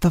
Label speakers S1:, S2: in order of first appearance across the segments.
S1: The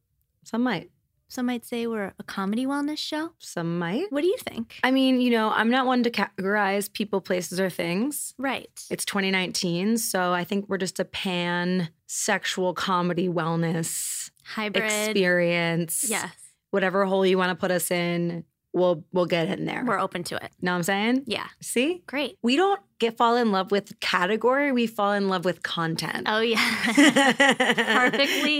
S2: Some might.
S3: Some might say we're a comedy wellness show.
S2: Some might.
S3: What do you think?
S2: I mean, you know, I'm not one to categorize people, places, or things.
S3: right.
S2: It's 2019, so I think we're just a pan sexual comedy wellness
S3: Hybrid.
S2: experience.
S3: Yes.
S2: Whatever hole you want to put us in, we'll we'll get in there.
S3: We're open to it.
S2: know what I'm saying?
S3: Yeah.
S2: See?
S3: Great.
S2: We don't get fall in love with category, we fall in love with content.
S3: Oh, yeah.
S2: perfectly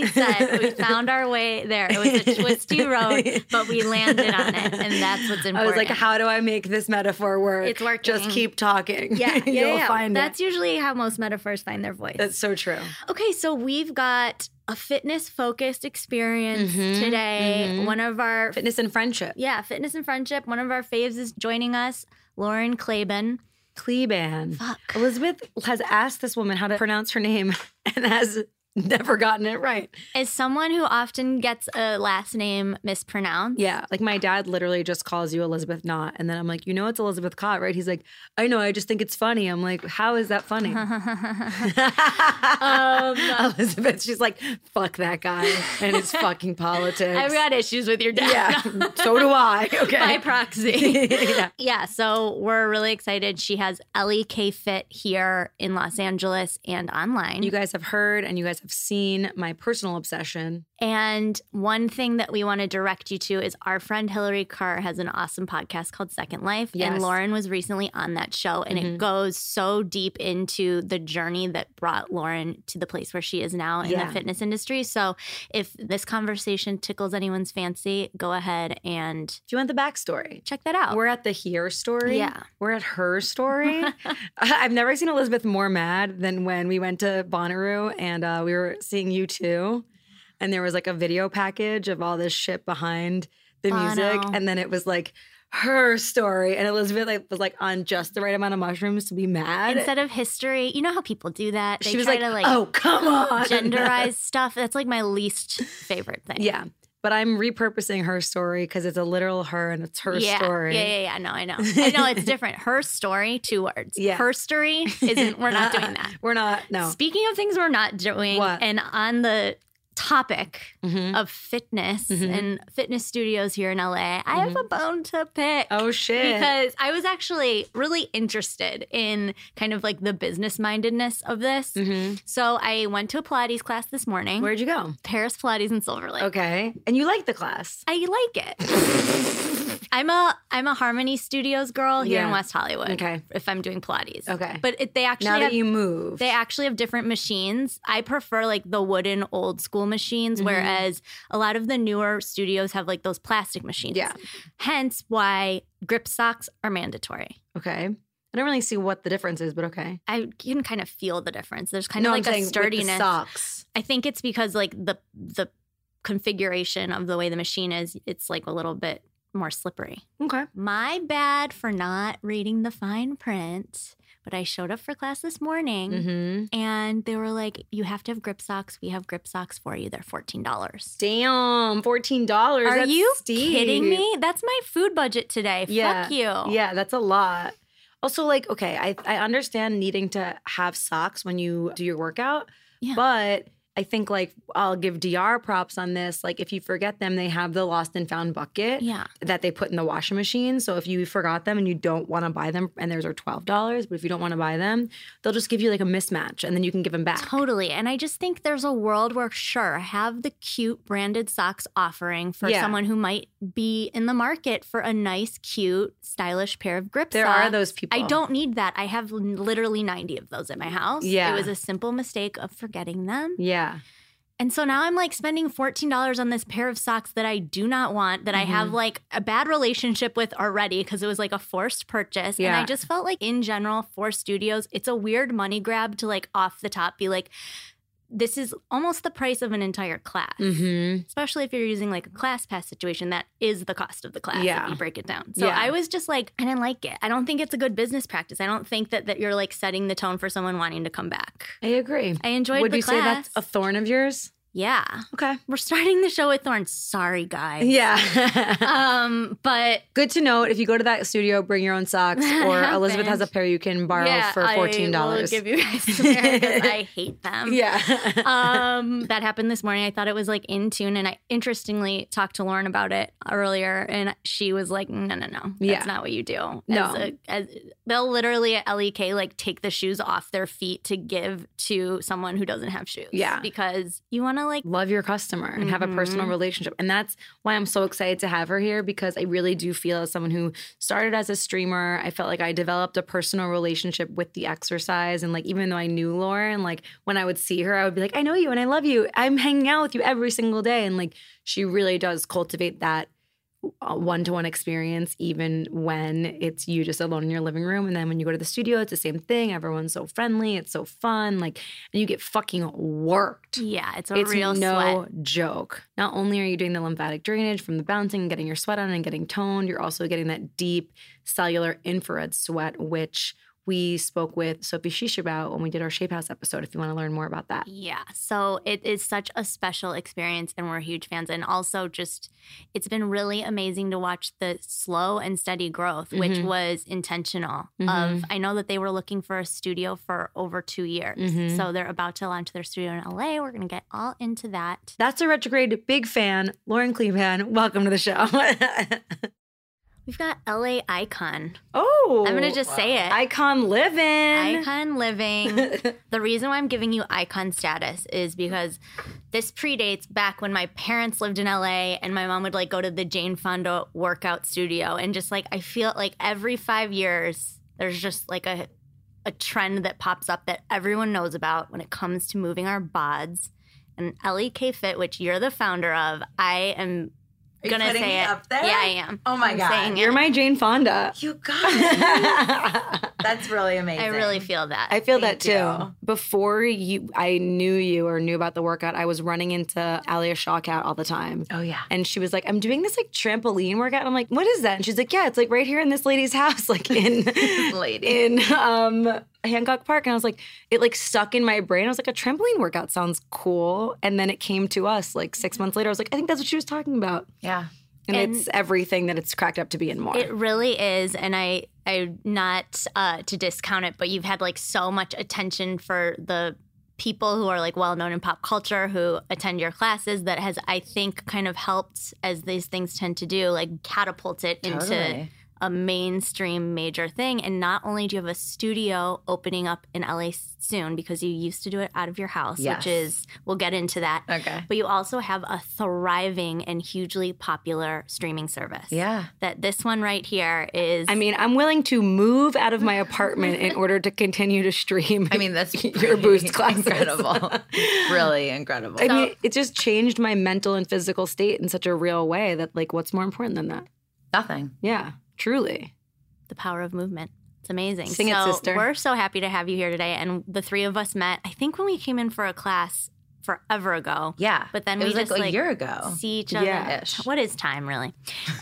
S3: Perfectly said. We found our way there. It was a twisty road, but we landed on it. And that's what's important.
S2: I was like, how do I make this metaphor work?
S3: It's working.
S2: Just keep talking.
S3: Yeah, yeah,
S2: You'll
S3: yeah.
S2: find
S3: That's
S2: it.
S3: usually how most metaphors find their voice.
S2: That's so true.
S3: Okay, so we've got a fitness focused experience
S2: Mhm,
S3: today.
S2: mhm.
S3: One of our
S2: Fitness and friendship.
S3: yeah, fitness and friendship. One of our faves is joining us, Lauren Claben.
S2: Kleban.
S3: Fuck.
S2: Elizabeth has asked this woman how to pronounce her name and has never gotten it right.
S3: As someone who often gets a last name mispronounced.
S2: Yeah. Like my dad literally just calls you Elizabeth Knott. And then I'm like, you know, it's Elizabeth Cott, right? He's like, I know. I just think it's funny. I'm like, how is that funny? Um, Elizabeth, she's like, fuck that guy and his fucking politics.
S3: I've got issues with your dad.
S2: Yeah, so do I. Okay.
S3: By proxy.
S2: yeah.
S3: yeah, so we're really excited. She has Ellie K Fit here in Los Angeles and online.
S2: You guys have heard and you guys have seen my personal obsession.
S3: And one thing that we want to direct you to is our friend Hillary Carr has an awesome podcast called Second Life.
S2: Yes. Mm-hmm.
S3: And Lauren was recently on that show, and it goes so deep into the journey that brought Lauren to the place where she is now in
S2: Yeah.
S3: the fitness industry. So if this conversation tickles anyone's fancy, go ahead and
S2: Do you want the backstory?
S3: check that out.
S2: We're at the here story.
S3: Oh. Yeah.
S2: We're at her story. I've never seen Elizabeth more mad than when we went to Bonnaroo and uh, we were seeing you two. And there was like a video package of all this shit behind the music.
S3: Bono.
S2: And then it was like her story. And Elizabeth like, was like on just the right amount of mushrooms to be mad.
S3: Instead of history, you know how people do that? They
S2: she was
S3: try
S2: like,
S3: to like
S2: oh, come on.
S3: genderize stuff. That's like my least favorite thing.
S2: Yeah. But I'm repurposing her story because it's a literal her and it's her
S3: yeah,
S2: story.
S3: Yeah, yeah, yeah. No, I know. I know it's different. Her story, two words.
S2: Yeah.
S3: Her story isn't, we're not doing that.
S2: We're not, no.
S3: Speaking of things we're not doing,
S2: What?
S3: and on the topic
S2: Mhm.
S3: of fitness
S2: Mhm.
S3: and fitness studios here in LA, I have a bone to pick.
S2: Mm-hmm. Oh, shit.
S3: Because I was actually really interested in kind of like the business mindedness of this.
S2: Mhm.
S3: So I went to a Pilates class this morning,
S2: Where'd you go?
S3: Paris Pilates in Silver Lake.
S2: Mm-hmm. Okay. And you like the class.
S3: I like it. I'm a I'm a Harmony Studios girl here in
S2: Yeah.
S3: West Hollywood.
S2: Okay.
S3: If I'm doing Pilates.
S2: Okay.
S3: But it, they actually
S2: now that
S3: have,
S2: you move.
S3: they actually have different machines. I prefer like the wooden old school machines,
S2: Mm-hmm.
S3: whereas a lot of the newer studios have like those plastic machines.
S2: Yeah.
S3: Hence why grip socks are mandatory.
S2: okay. I don't really see what the difference is, but okay.
S3: I can kind of feel the difference. There's kind
S2: no,
S3: of
S2: I'm
S3: like
S2: saying
S3: a
S2: with the
S3: sturdiness.
S2: socks.
S3: I think it's because like the the configuration of the way the machine is, it's like a little bit more slippery.
S2: Okay.
S3: My bad for not reading the fine print, but I showed up for class this morning
S2: Mm-hmm.
S3: and they were like, You have to have grip socks. We have grip socks for you. They're $14.
S2: Damn, $14.
S3: Are
S2: That's
S3: you
S2: steep.
S3: kidding me? That's my food budget today.
S2: Yeah.
S3: Fuck you.
S2: Yeah, that's a lot. Also, like, okay, I, I understand needing to have socks when you do your workout,
S3: Yeah.
S2: but I think like I'll give DR props on this. Like, if you forget them, they have the lost and found bucket
S3: Yeah.
S2: that they put in the washing machine. So if you forgot them and you don't want to buy them, and theirs are twelve dollars, but if you don't want to buy them, they'll just give you like a mismatch, and then you can give them back.
S3: Totally. And I just think there's a world where, sure, have the cute branded socks offering for
S2: Yeah.
S3: someone who might be in the market for a nice, cute, stylish pair of grip
S2: There
S3: socks.
S2: are those people.
S3: I don't need that. I have literally 90 of those at my house.
S2: Yeah.
S3: It was a simple mistake of forgetting them.
S2: Yeah,
S3: And so now I'm like spending $14 on this pair of socks that I do not want, that I
S2: Mm-hmm.
S3: have like a bad relationship with already because it was like a forced purchase. And
S2: Yeah.
S3: I just felt like, in general, for studios, it's a weird money grab to like off the top be like, this is almost the price of an entire class,
S2: Mm-hmm.
S3: especially if you're using like a class pass situation. That is the cost of the class
S2: Yeah.
S3: if you break it down. So
S2: Yeah.
S3: I was just like, I didn't like it. I don't think it's a good business practice. I don't think that, that you're like setting the tone for someone wanting to come back.
S2: I agree.
S3: I enjoyed
S2: Would
S3: the
S2: you
S3: class.
S2: say that's a thorn of yours?
S3: yeah.
S2: Okay.
S3: We're starting the show with thorns. Sorry, guys.
S2: Yeah.
S3: Um, but
S2: Good to note. If you go to that studio, bring your own socks. Or Elizabeth has a
S3: Happened.
S2: pair you can borrow
S3: yeah,
S2: for fourteen
S3: I will
S2: dollars.
S3: give you guys some hair 'cause I hate them.
S2: yeah.
S3: um, that happened this morning. I thought it was like in tune, and I interestingly talked to Lauren about it earlier, and she was like, "No, no, no, that's
S2: Yeah.
S3: not what you do."
S2: No.
S3: as a, as, they'll literally at LEK like take the shoes off their feet to give to someone who doesn't have shoes.
S2: Yeah.
S3: because you want to like,
S2: love your customer and have a personal relationship. And that's why I'm so excited to have her here because I really do feel as someone who started as a streamer, I felt like I developed a personal relationship with the exercise. And like, even though I knew Lauren, like when I would see her, I would be like, I know you and I love you. I'm hanging out with you every single day. And like, she really does cultivate that one to one experience, even when it's you just alone in your living room. And then when you go to the studio, it's the same thing. Everyone's so friendly, it's so fun. Like, and you get fucking worked
S3: yeah, it's a real sweat.
S2: no joke. Not only are you doing the lymphatic drainage from the bouncing, getting your sweat on and getting toned, you're also getting that deep cellular infrared sweat, which we spoke with Sophie Shish about when we did our Shape House episode. If you want to learn more about that,
S3: Yeah. So it is such a special experience, and we're huge fans. And also, just it's been really amazing to watch the slow and steady growth, which
S2: Mhm.
S3: was intentional. Of
S2: Mhm.
S3: I know that they were looking for a studio for over two years,
S2: Mhm.
S3: so they're about to launch their studio in LA. We're gonna get all into that.
S2: that's a retrograde big fan, Lauren Cleveland. Welcome to the show.
S3: We've got LA Icon,
S2: oh,
S3: I'm gonna just say it.
S2: Icon living.
S3: Icon Living. the reason why I'm giving you icon status is because this predates back when my parents lived in LA and my mom would like go to the Jane Fonda workout studio and just like I feel like every 5 years there's just like a a trend that pops up that everyone knows about when it comes to moving our bods and LEK Fit which you're the founder of I am
S4: Are you
S3: going to
S4: putting
S3: say
S4: me
S3: it
S4: up there?
S3: yeah I am
S4: Oh my
S3: I'm
S4: God.
S3: saying
S2: You're
S3: it.
S2: my Jane Fonda.
S4: You guys. That's really amazing.
S3: I really feel that
S2: I feel
S4: Thank
S2: that too.
S4: you.
S2: Before you, I knew you or knew about the workout. I was running into Alia Shawkat all the time,
S4: Oh yeah.
S2: and she was like, "I'm doing this like trampoline workout." And I'm like, "What is that?" And she's like, "Yeah, it's like right here in this lady's house, like in
S4: Lady.
S2: in um Hancock Park." And I was like, it like stuck in my brain. I was like, "A trampoline workout sounds cool." And then it came to us like six months later. I was like, "I think that's what she was talking about,"
S4: Yeah.
S2: and,
S3: And-
S2: it's everything that it's cracked up to be and more.
S3: It really is, and I I not uh, to discount it, but you've had like so much attention for the people who are like well known in pop culture who attend your classes that has I think kind of helped as these things tend to do like catapult it into
S4: Totally.
S3: a mainstream major thing and not only do you have a studio opening up in LA soon because you used to do it out of your house
S4: Yes.
S3: which is we'll get into that
S4: Okay.
S3: but you also have a thriving and hugely popular streaming service
S4: Yeah.
S3: that this one right here is.
S2: I mean, I'm willing to move out of my apartment in order to continue to stream.
S4: I mean, that's
S2: Your boost
S4: pretty
S2: classes.
S4: Incredible. really incredible.
S2: I mean, it just changed my mental and physical state in such a real way that, like, what's more important than that?
S4: Nothing.
S2: Yeah, truly.
S3: the power of movement. It's amazing.
S2: Sing it,
S3: so
S2: sister.
S3: We're so happy to have you here today. And the three of us met, I think, when we came in for a class forever ago.
S4: Yeah.
S3: But then we
S4: it was
S3: just
S4: like a
S3: like
S4: year ago.
S3: See each other.
S2: Yeah.
S4: Ish.
S3: What is time really?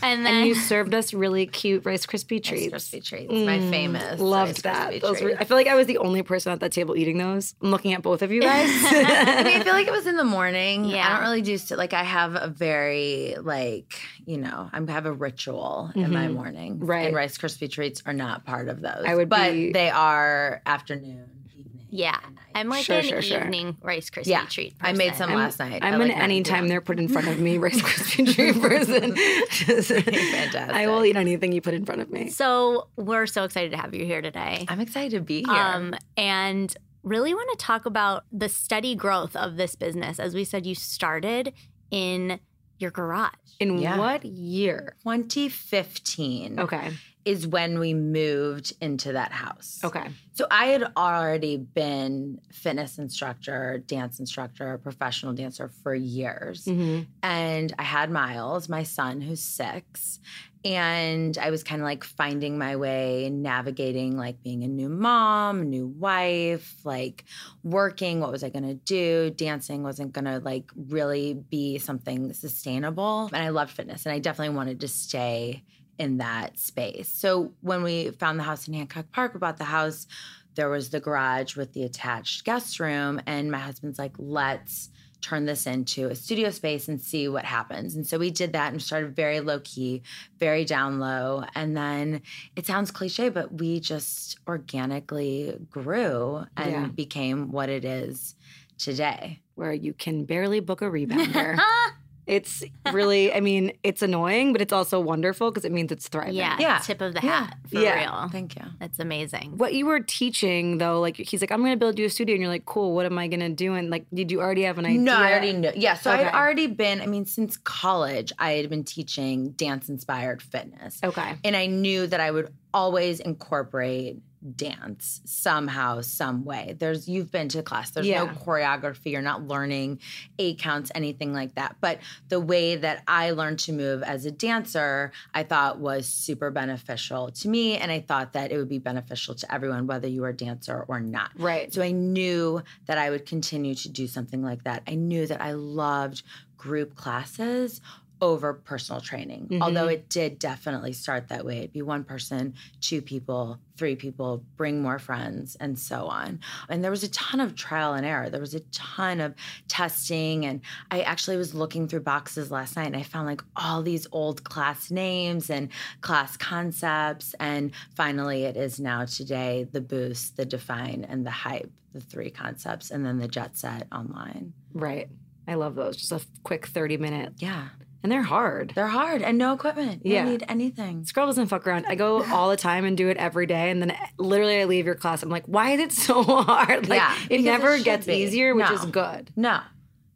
S3: And then
S2: And you served us really cute Rice Krispie treats. Mm,
S4: Crispy treats. My famous.
S2: Loved
S4: Rice
S2: that.
S4: Krispie
S2: Those were,
S4: treat.
S2: I feel like I was the only person at that table eating those. I'm looking at both of you guys.
S4: I mean, I feel like it was in the morning.
S3: Yeah.
S4: I don't really do st- like I have a very like you know I'm have a ritual in my morning.
S2: Mm-hmm. Right.
S4: And Rice Krispie treats are not part of those.
S2: I would
S4: but
S2: be-
S4: they are afternoon, evening.
S3: yeah, I'm like
S2: Sure,
S3: an
S2: sure, sure.
S3: evening Rice Krispie
S4: Yeah.
S3: treat.
S4: I made
S3: person.
S4: some last night. I
S2: I'm
S4: like
S2: an
S4: that
S2: anytime
S4: idea.
S2: they're put in front of me Rice Krispie treat person. Just-
S4: Fantastic.
S2: I will eat anything you put in front of me.
S3: So we're so excited to have you here today.
S4: I'm excited to be here.
S3: Um, and really want to talk about the steady growth of this business. As we said, you started in your garage.
S2: In
S4: Yeah.
S2: what year?
S4: 2015.
S2: Okay.
S4: is when we moved into that house.
S2: Okay.
S4: So I had already been fitness instructor, dance instructor, professional dancer for years.
S2: Mm.
S4: And I had Miles, my son who's 6, and I was kind of like finding my way and navigating like being a new mom, new wife, like working, what was I going to do? Dancing wasn't going to like really be something sustainable. And I loved fitness and I definitely wanted to stay in that space. So when we found the house in Hancock Park, we bought the house, there was the garage with the attached guest room. And my husband's like, let's turn this into a studio space and see what happens. And so we did that and started very low key, very down low. And then it sounds cliche, but we just organically grew and
S2: Yeah.
S4: became what it is today.
S2: where you can barely book a rebounder. it's really, I mean, it's annoying, but it's also wonderful because it means it's thriving.
S3: yeah,
S4: Yeah.
S3: tip of the
S4: Yeah.
S3: hat for
S2: Yeah.
S3: real.
S4: Thank you.
S3: That's amazing.
S2: What you were teaching though, like he's like, I'm gonna build you a studio, and you're like, cool. What am I gonna do? And like, did you already have an idea?
S4: No, I already knew. Yeah, so I'd
S2: Okay.
S4: already been, I mean, since college, I had been teaching dance inspired fitness.
S2: Okay.
S4: And I knew that I would always incorporate dance somehow, some way. There's, you've been to class, there's no
S2: Yeah.
S4: choreography, you're not learning eight counts, anything like that. But the way that I learned to move as a dancer, I thought was super beneficial to me. And I thought that it would be beneficial to everyone, whether you were a dancer or not.
S2: Right.
S4: So I knew that I would continue to do something like that. I knew that I loved group classes over personal training, although it did definitely start that way. It'd be one person, two people, three people, bring more friends, and so on. And there was a ton of trial and error. There was a ton of testing. And I actually was looking through boxes last night and I found like all these old class names and class concepts. And finally, it is now today the boost, the define, and the hype, the three concepts, and then the jet set online.
S2: Right. I love those. Just a f- quick 30 minute,
S4: Yeah.
S2: and they're hard.
S4: They're hard and no equipment. You
S2: Yeah.
S4: don't need anything.
S2: This girl doesn't fuck around. I go all the time and do it every day, and then eh, literally I leave your class. I'm like, why is it so hard? Like,
S4: Yeah,
S2: it
S4: because
S2: never
S4: it should
S2: gets
S4: be.
S2: easier, which is
S4: No.
S2: good.
S4: No,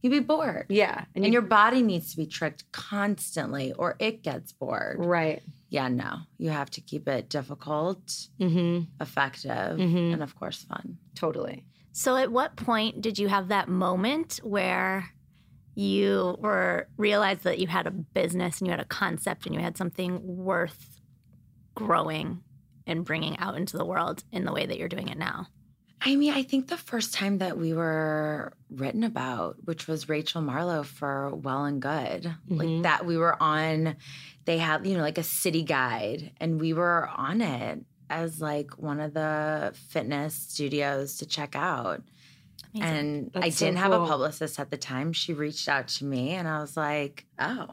S4: you'd be bored.
S2: Yeah,
S4: And your body needs to be tricked constantly or it gets bored.
S2: right.
S4: Yeah, no. You have to keep it difficult,
S2: Mm-hmm.
S4: effective,
S2: Mhm.
S4: and of course, fun.
S2: Totally.
S3: So, at what point did you have that moment where you were realized that you had a business and you had a concept and you had something worth growing and bringing out into the world in the way that you're doing it now?
S4: I mean, I think the first time that we were written about, which was Rachel Marlowe for Well and Good,
S2: Mhm.
S4: like that we were on, they had, you know, like a city guide, and we were on it as like one of the fitness studios to check out.
S3: Amazing.
S4: And I
S2: That's so
S4: didn't have a
S2: cool.
S4: publicist at the time. She reached out to me, and I was like, oh,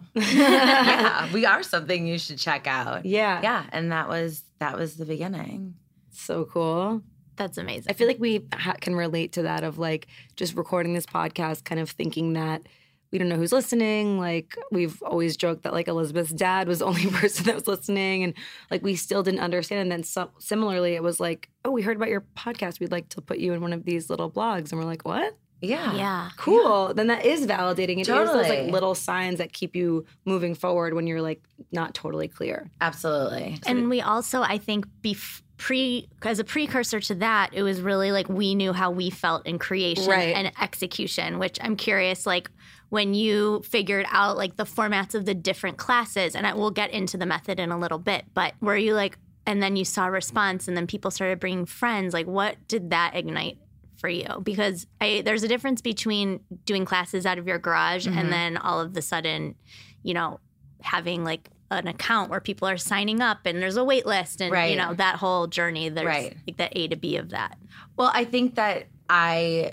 S4: yeah, we are something you should check out.
S2: Yeah.
S4: Yeah. And that was, that was the beginning.
S2: So cool.
S3: That's amazing.
S2: I feel like we ha- can relate to that of like just recording this podcast, kind of thinking that we don't know who's listening. Like we've always joked that like Elizabeth's dad was the only person that was listening, and like we still didn't understand. And then so- similarly, it was like, oh, we heard about your podcast. We'd like to put you in one of these little blogs, and we're like, what?
S4: Yeah.
S3: yeah.
S2: Cool. Then that is validating. It is those like
S4: Totally.
S2: little signs that keep you moving forward when you're like not totally clear.
S4: Absolutely.
S3: And we also, I think, bef- pre as a precursor to that, it was really like we knew how we felt in creation
S2: Right.
S3: and execution. Which I'm curious, like when you figured out like the formats of the different classes, and I, we'll get into the method in a little bit. But were you like, and then you saw a response, and then people started bringing friends. Like, what did that ignite? For you, because I, there's a difference between doing classes out of your garage and then all of the sudden, you know, having like an account where people are signing up and there's a wait list and you
S4: Right.
S3: know that whole journey there's
S4: Right.
S3: like the a to b of that
S4: Well, I think that I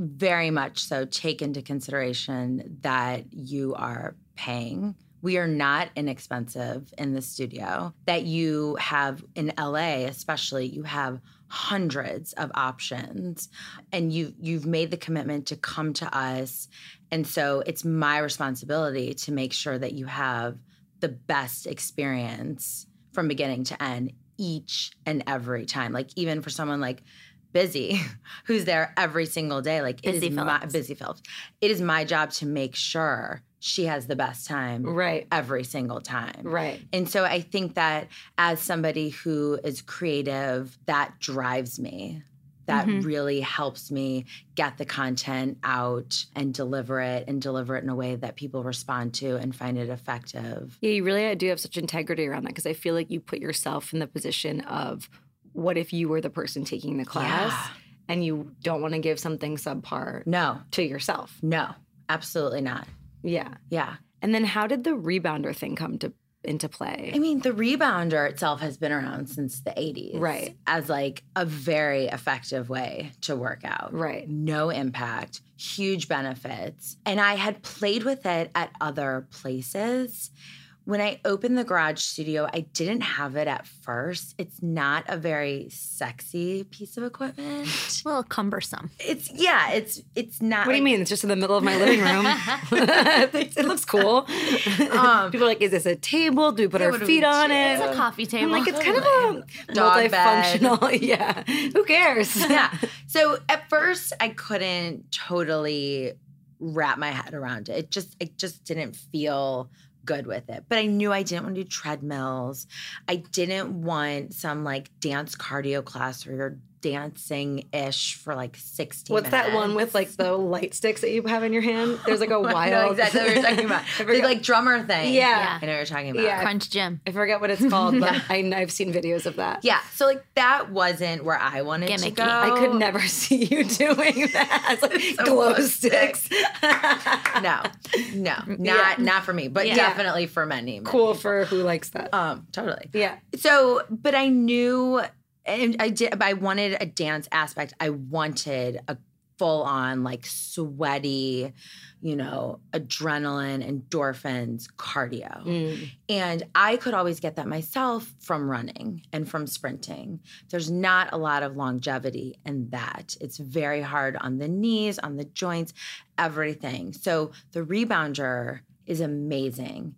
S4: very much so take into consideration that you are paying. We are not inexpensive in the studio, that you have in LA, especially, you have hundreds of options and you you've made the commitment to come to us and so it's my responsibility to make sure that you have the best experience from beginning to end each and every time like even for someone like busy who's there every single day like it
S3: Busy
S4: is my
S3: Phillips.
S4: busy Phillips it is my job to make sure she has the best time
S2: Right.
S4: every single time.
S2: Right.
S4: And so I think that as somebody who is creative, that drives me. That
S2: Mm-hmm.
S3: Mhm.
S4: really helps me get the content out and deliver it and deliver it in a way that people respond to and find it effective.
S2: Yeah, you really do have such integrity around that because I feel like you put yourself in the position of what if you were the person taking the class
S4: Yeah.
S2: and you don't want to give something subpar
S4: No,
S2: to yourself.
S4: no, absolutely not.
S2: Yeah.
S4: Yeah.
S2: And then how did the rebounder thing come to into play?
S4: I mean, the rebounder itself has been around since the 80s.
S2: Right.
S4: As like a very effective way to work out.
S2: Right.
S4: No impact, huge benefits. And I had played with it at other places. When I opened the garage studio, I didn't have it at first. It's not a very sexy piece of equipment.
S3: a little cumbersome.
S4: It's yeah, it's it's not
S2: What do you
S4: like-
S2: mean? It's just in the middle of my living room. it looks cool.
S4: Um,
S2: People are like, is this a table? Do we put our
S4: what do
S2: feet
S4: we
S2: on
S4: do?
S2: it?
S3: It's a coffee table.
S2: I'm Um, like, it's kind of a
S4: Dog bed.
S2: multifunctional. Yeah. Who cares?
S4: yeah. So at first I couldn't totally wrap my head around it. It just I just didn't feel good with it. But I knew I didn't want to do treadmills. I didn't want some like dance cardio class where you're dancing ish for like 60
S2: What's that one
S4: minutes.
S2: with like the light sticks that you have in your hand? There's like a
S4: I
S2: wild.
S4: know exactly what you're talking about.
S2: I
S4: the
S2: forget,
S4: like drummer thing.
S2: Yeah.
S4: I know what you're talking about.
S2: Yeah.
S3: Crunch gym.
S2: I forget what it's called, but I, I've seen videos of that.
S4: Yeah. So like that wasn't where I wanted to
S3: Gimmicky.
S4: go.
S2: I could never see you doing that. It's like
S4: oh. So
S2: glow
S4: close.
S2: sticks.
S4: no, no, not not for me, but
S3: Yeah.
S4: definitely for many. many
S2: cool for who likes that.
S4: Um, totally.
S2: yeah.
S4: So, but I knew, and I did. but I wanted a dance aspect. I wanted a full on, like sweaty, you know, adrenaline, endorphins, cardio. And I could always get that myself from running and from sprinting. There's not a lot of longevity in that. It's very hard on the knees, on the joints, everything. So the rebounder is amazing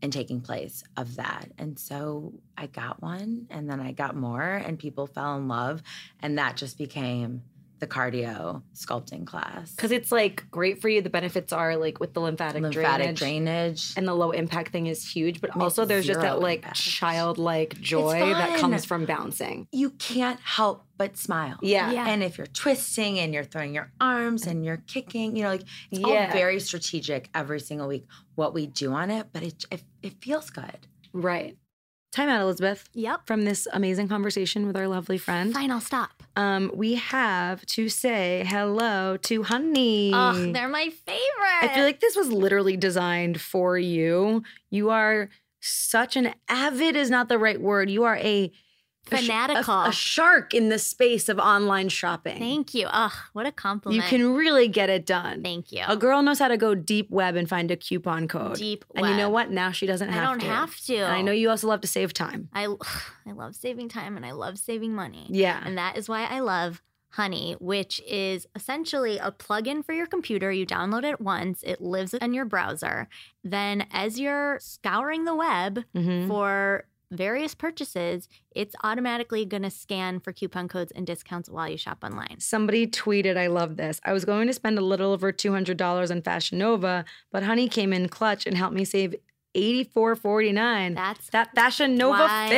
S4: in taking place of that. And so I got one and then I got more and people fell in love and that just became the cardio sculpting class.
S2: Because it's like great for you. The benefits are like with the lymphatic,
S4: Lymphatic
S2: drainage.
S4: drainage.
S2: and the low impact thing is huge, but also there's just
S4: zero
S2: that like
S4: impact.
S2: childlike joy that
S4: fun.
S2: comes from bouncing.
S4: you can't help but smile.
S2: Yeah.
S3: Yeah.
S4: And if you're twisting and you're throwing your arms and you're kicking, you know, like it's
S2: Yeah.
S4: all very strategic every single week what we do on it, but it it, it feels good.
S2: Right. Time out, Elizabeth.
S3: Yep.
S2: From this amazing conversation with our lovely friend,
S3: Fine, I'll stop.
S2: um, we have to say hello to Honey.
S3: Oh, they're my favorite.
S2: Mm. I feel like this was literally designed for you. You are such an avid is not the right word. You are a a sh- a-
S3: fanatical.
S2: a, shark in the space of online shopping.
S3: Thank you. Ugh, what a
S2: you
S3: compliment.
S2: can really get it done.
S3: Thank you.
S2: A girl knows how to go deep web and find a coupon code.
S3: Deep
S2: And you know
S3: web.
S2: what? Now she doesn't
S3: I
S2: have
S3: don't
S2: to.
S3: have to.
S2: And I know you also love to save time.
S3: I I love saving time and I love saving money.
S2: Yeah.
S3: And that is why I love Honey, which is essentially a plugin for your computer. You download it once, it lives in your browser. Then, as you're scouring the web
S2: Mhm.
S3: for various purchases, it's automatically going to scan for coupon codes and discounts while you shop online.
S2: Somebody tweeted, I love this. I was going to spend a little over $200 on Fashion Nova, but Honey came in clutch and helped me save $84.49.
S3: That's
S2: that Fashion Nova
S3: wild.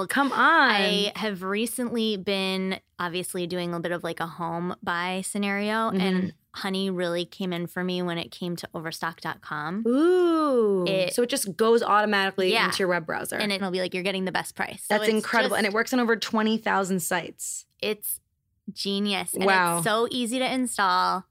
S2: fit. Come on.
S3: I have recently been obviously doing a little bit of like a home buy scenario,
S2: Mm-hmm.
S3: and Honey really came in for me when it came to overstock.com.
S2: Ooh.
S3: It-
S2: so it just goes automatically
S3: Yeah.
S2: into your web browser.
S3: And it'll be like, you're getting the best price. So
S2: That's
S3: it's
S2: incredible. and
S3: just-
S2: it works on over 20,000 sites.
S3: It's genius. And
S2: Wow.
S3: it's so easy to install.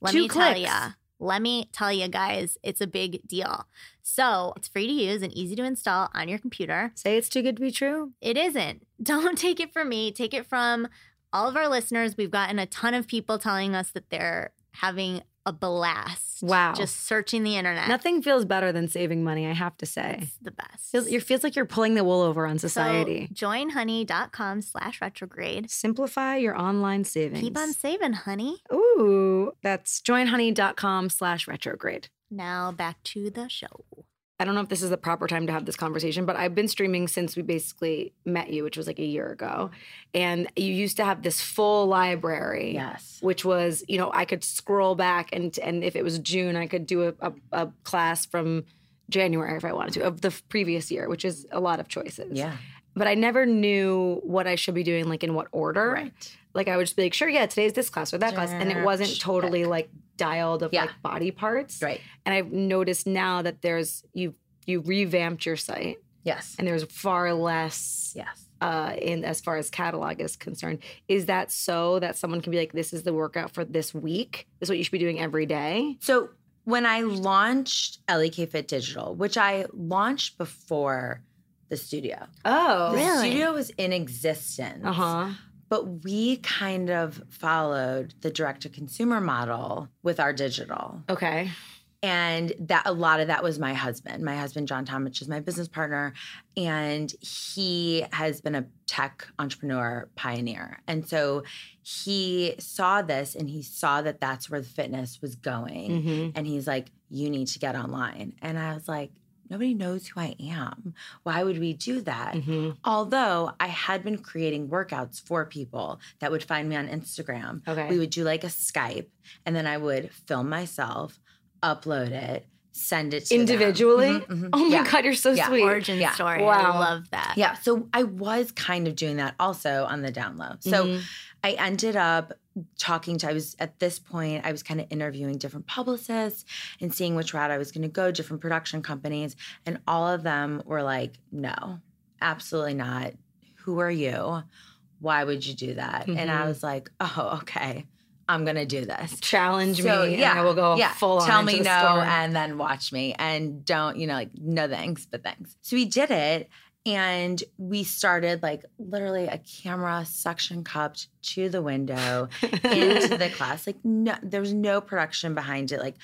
S3: Let
S2: Two
S3: me
S2: clicks.
S3: tell ya. Let me tell you guys, it's a big deal. So it's free to use and easy to install on your computer.
S2: Say it's too good to be true.
S3: It isn't. Don't take it from me. Take it from all of our listeners. We've gotten a ton of people telling us that they're having a blast.
S2: Wow.
S3: Just searching the internet.
S2: Nothing feels better than saving money, I have to say.
S3: It's the best.
S2: Feels, it feels like you're pulling the wool over on society.
S3: So join honey.com slash retrograde.
S2: Simplify your online savings.
S3: Keep on saving, honey.
S2: Ooh, that's joinhoney.com slash retrograde.
S3: Now back to the show.
S2: I don't know if this is the proper time to have this conversation, but I've been streaming since we basically met you, which was like a year ago. And you used to have this full library.
S4: Yes.
S2: Which was, you know, I could scroll back and and if it was June, I could do a, a, a class from January if I wanted to of the previous year, which is a lot of choices.
S4: Yeah.
S2: But I never knew what I should be doing, like in what order.
S4: Right.
S2: Like I would just be like, sure, yeah, today's this class or that class. And it wasn't
S4: Check.
S2: totally like dialed of
S4: Yeah.
S2: like body parts
S4: Right.
S2: and I've noticed now that there's you you revamped your site
S4: Yes.
S2: and there's far less
S4: Yes.
S2: uh, in as far as catalog is concerned. Is that so that someone can be like, this is the workout for this week? This is what you should be doing every day.
S4: So when I launched LEK Fit Digital, which I launched before the studio,
S2: Oh,
S4: the studio was in existence.
S2: Uh huh.
S4: But we kind of followed the direct to consumer model with our digital.
S2: Okay.
S4: And that a lot of that was my husband. My husband, John Tomich, is my business partner. And he has been a tech entrepreneur pioneer. And so he saw this and he saw that that's where the fitness was going
S2: Mm-hmm.
S4: and he's like, "You need to get online." And I was like, "Nobody knows who I am. Why would we do that?"
S2: Mm-hmm.
S4: Although I had been creating workouts for people that would find me on Instagram.
S2: Okay.
S4: We would do like a Skype, and then I would film myself, upload it, send it to them.
S2: Individually.
S4: Mhm, mhm.
S2: Oh my
S4: Yeah.
S2: god, you're so
S4: Yeah.
S2: sweet.
S3: Origin
S4: Yeah.
S3: story.
S2: Wow.
S3: I love that.
S4: Yeah, so I was kind of doing that also on the down low. So
S2: Mhm.
S4: I ended up talking to, I was at this point, I was kind of interviewing different publicists and seeing which route I was going to go, different production companies. And all of them were like, no, absolutely not. Who are you? Why would you do that? And I
S2: Mhm.
S4: was like, oh, okay, I'm going to do this.
S2: challenge me, and I will go full on.
S4: Tell
S2: into
S4: me
S2: the
S4: no
S2: store.
S4: and then watch me and don't, you know, like no thanks, but thanks. So we did it and we started like literally a camera suction cupped to the window into the class. Like no there was no production behind it. Like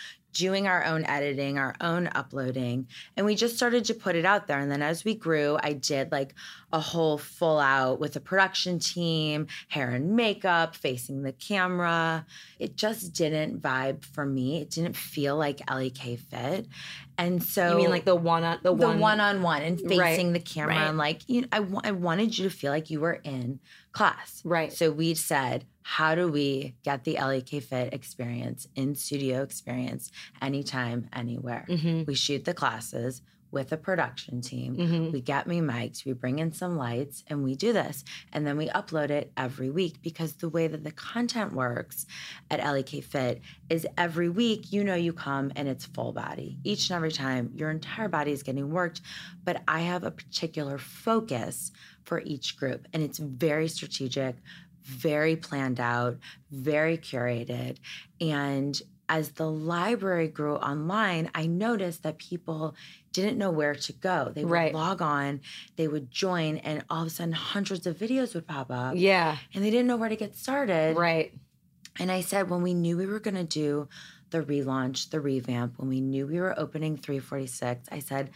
S4: doing our own editing, our own uploading. And we just started to put it out there. And then as we grew, I did like a whole full out with a production team, hair and makeup, facing the camera. It just didn't vibe for me. It didn't feel like LEK fit. And so
S2: you mean like the one on the,
S4: the
S2: one
S4: one on one and
S2: Right,
S4: facing the camera
S3: right.
S4: and like you know, I, wa- I wanted you to feel like you were in class.
S2: Right.
S4: So we said, how do we get the LEK fit experience in studio experience anytime, anywhere?
S2: Mhm.
S4: We shoot the classes with a production team.
S2: Mhm.
S4: We get me mics, we bring in some lights, and we do this. And then we upload it every week because the way that the content works at LEK Fit is every week, you know, you come and it's full body. Each and every time, your entire body is getting worked. But I have a particular focus for each group, and it's very strategic, very planned out, very curated. And as the library grew online, I noticed that people didn't know where to go. They would
S2: Right.
S4: log on, they would join, and all of a sudden, hundreds of videos would pop
S2: Uh,
S4: up,
S2: Yeah.
S4: and they didn't know where to get started.
S2: Right.
S4: And I said, when we knew we were going to do the relaunch, the revamp, when we knew we were opening 346, I said,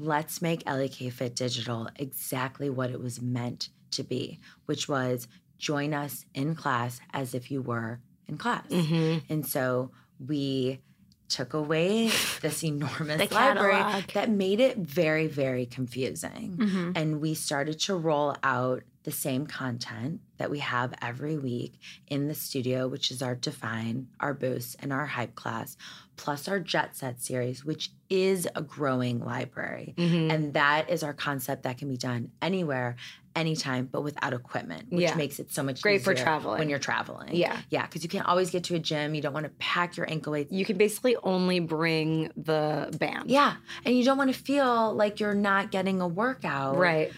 S4: let's make LEK Fit Digital exactly what it was meant to be, which was join us in class as if you were in class.
S3: Mm-hmm.
S2: Mhm.
S4: And so we took away this enormous
S3: The
S4: library
S3: catalog.
S4: that made it very, very confusing.
S2: Mm-hmm.
S4: And we started to roll out the same content that we have every week in the studio, which is our Define, our Boost, and our Hype class, plus our Jet Set series, which is a growing library.
S2: Mhm.
S4: And that is our concept that can be done anywhere, anytime, but without equipment, which
S2: Yeah.
S4: makes it so much
S2: Great for
S4: easier
S2: traveling.
S4: when you're traveling.
S2: Yeah.
S4: Yeah, because you can't always get to a gym. You don't want to pack your ankle weights.
S2: you can basically only bring the band.
S4: Yeah. And you don't want to feel like you're not getting a workout
S2: Right.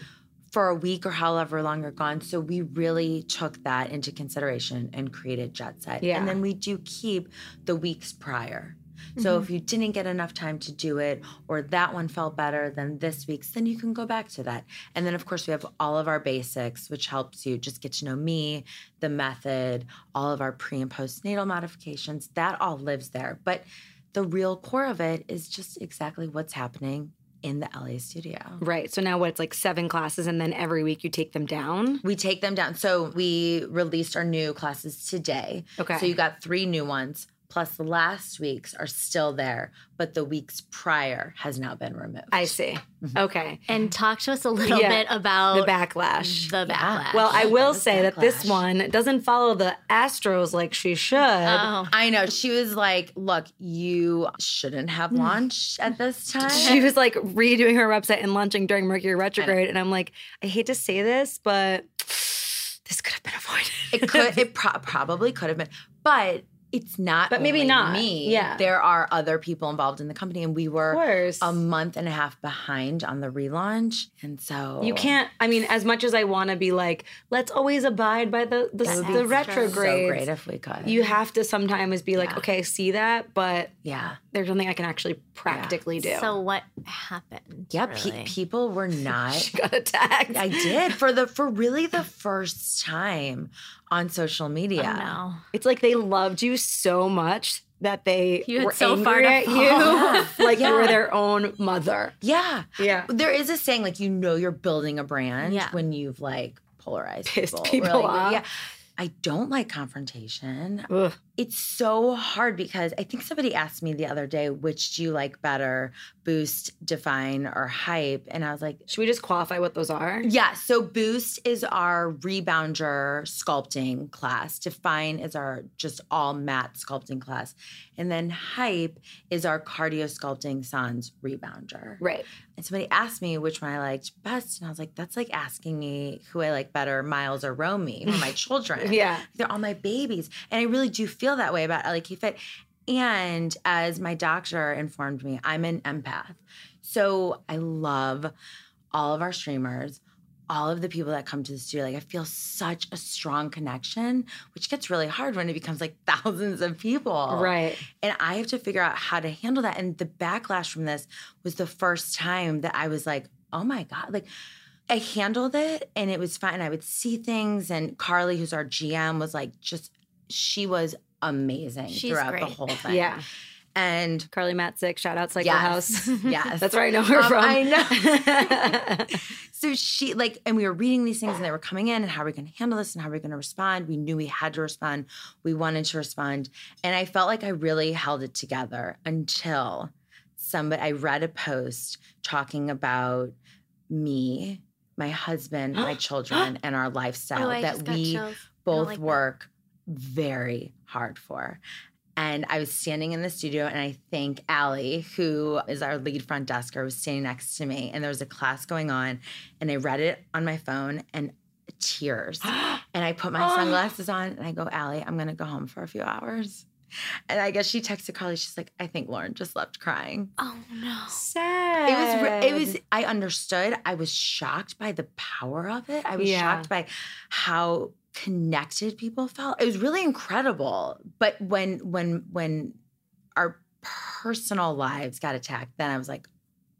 S4: for a week or however long you're gone. So we really took that into consideration and created Jet Set.
S2: Yeah.
S4: And then we do keep the weeks prior. So if you didn't get enough time to do it or that one felt better than this week's, then you can go back to that. And then of course we have all of our basics, which helps you just get to know me, the method, all of our pre and postnatal modifications. That all lives there. But the real core of it is just exactly what's happening in the LA studio.
S2: Right. So now what it's like seven classes and then every week you take them down.
S4: We take them down. So we released our new classes today.
S2: Okay.
S4: So you got three new ones plus last week's are still there, but the weeks prior has now been removed.
S2: I see. Okay.
S3: And talk to us a little
S2: Yeah.
S3: bit about
S2: Mm-hmm. The backlash.
S3: the backlash.
S2: Well, I will
S4: The
S2: say that this
S4: backlash.
S2: one doesn't follow the Astros like she should. Uh,
S3: oh,
S4: I know. She was like, look, you shouldn't have launched at this time.
S2: Mm. She was like redoing her website and launching during Mercury retrograde. And I'm like, I hate to say this, but this could have been avoided.
S4: It could. It pro- probably could have been, but it's not.
S2: But maybe
S4: only
S2: not.
S4: Me.
S2: Yeah.
S4: There are other people involved in the company, and we
S2: Of
S4: were
S2: course.
S4: a month and a half behind on the relaunch, and so
S2: you can't, I mean, as much as I want to be like, let's always abide by the, the,
S3: That would be
S2: the
S3: so
S4: So great
S2: retrogrades.
S4: if we could.
S2: you have to sometimes be like, okay, I see that, but
S4: yeah.
S2: there's something I can actually practically do.
S3: so what happened?
S4: Yeah.
S3: really?
S4: Pe- people were not.
S2: she got attacked.
S4: I did for the for really the first time on social
S3: Oh,
S4: media.
S3: no.
S2: It's like they loved you so much that they
S3: You had
S2: were
S3: so far
S2: angry
S3: to
S2: at
S3: fall.
S2: you,
S4: Yeah.
S2: like you were
S4: Yeah.
S2: their own mother.
S4: Yeah.
S2: Yeah.
S4: There is a saying like you know you're building a brand
S3: Yeah.
S4: when you've like polarized
S2: Pissed
S4: people.
S2: people
S4: really-
S2: off.
S4: Yeah. I don't like confrontation.
S2: Ugh.
S4: It's so hard because I think somebody asked me the other day, which do you like better, boost, define, or hype? And I was like,
S2: Should we just qualify what those are?
S4: yeah, so boost is our rebounder sculpting class. Define is our just all matte sculpting class. And then hype is our cardio sculpting sans rebounder.
S2: Right.
S4: And somebody asked me which one I liked best. And I was like, that's like asking me who I like better, Miles or Romy, for my children.
S2: Yeah.
S4: They're all my babies. And I really do feel that way about LA Fit. And as my doctor informed me, I'm an empath. So I love all of our streamers, all of the people that come to the studio. Like I feel such a strong connection, which gets really hard when it becomes like thousands of people.
S2: Right.
S4: And I have to figure out how to handle that. And the backlash from this was the first time that I was like, oh my God. Like, I handled it and it was fine. I would see things. And Carly, who's our GM, was like, just, she was amazing
S3: She's
S4: throughout the
S3: great.
S4: whole thing.
S2: Yeah.
S4: And
S2: Carly Matzik, shout out Cycle
S4: yes,
S2: House.
S4: yes.
S2: That's where I know her
S4: Um,
S2: from.
S4: I know. so she like, and we were reading these things and they were coming in, and how are we going to handle this, and how are we going to respond? We knew we had to respond. We wanted to respond, and I felt like I really held it together until somebody. I read a post talking about me, my husband, my children, and our lifestyle
S3: Oh, I
S4: that
S3: just got
S4: we
S3: chills. don't
S4: both
S3: like that.
S4: work very hard for. And I was standing in the studio, and I think Allie, who is our lead front desker, was standing next to me, and there was a class going on, and I read it on my phone, and tears. and I put my
S2: Oh.
S4: sunglasses on, and I go, Allie, I'm gonna go home for a few hours. And I guess she texted Carly. She's like, I think Lauren just left crying.
S3: Oh no.
S2: Sad.
S4: It was. re- It was. I understood. I was shocked by the power of it. I was
S2: Yeah.
S4: shocked by how connected people felt. It was really incredible. But when when when our personal lives got attacked, then I was like,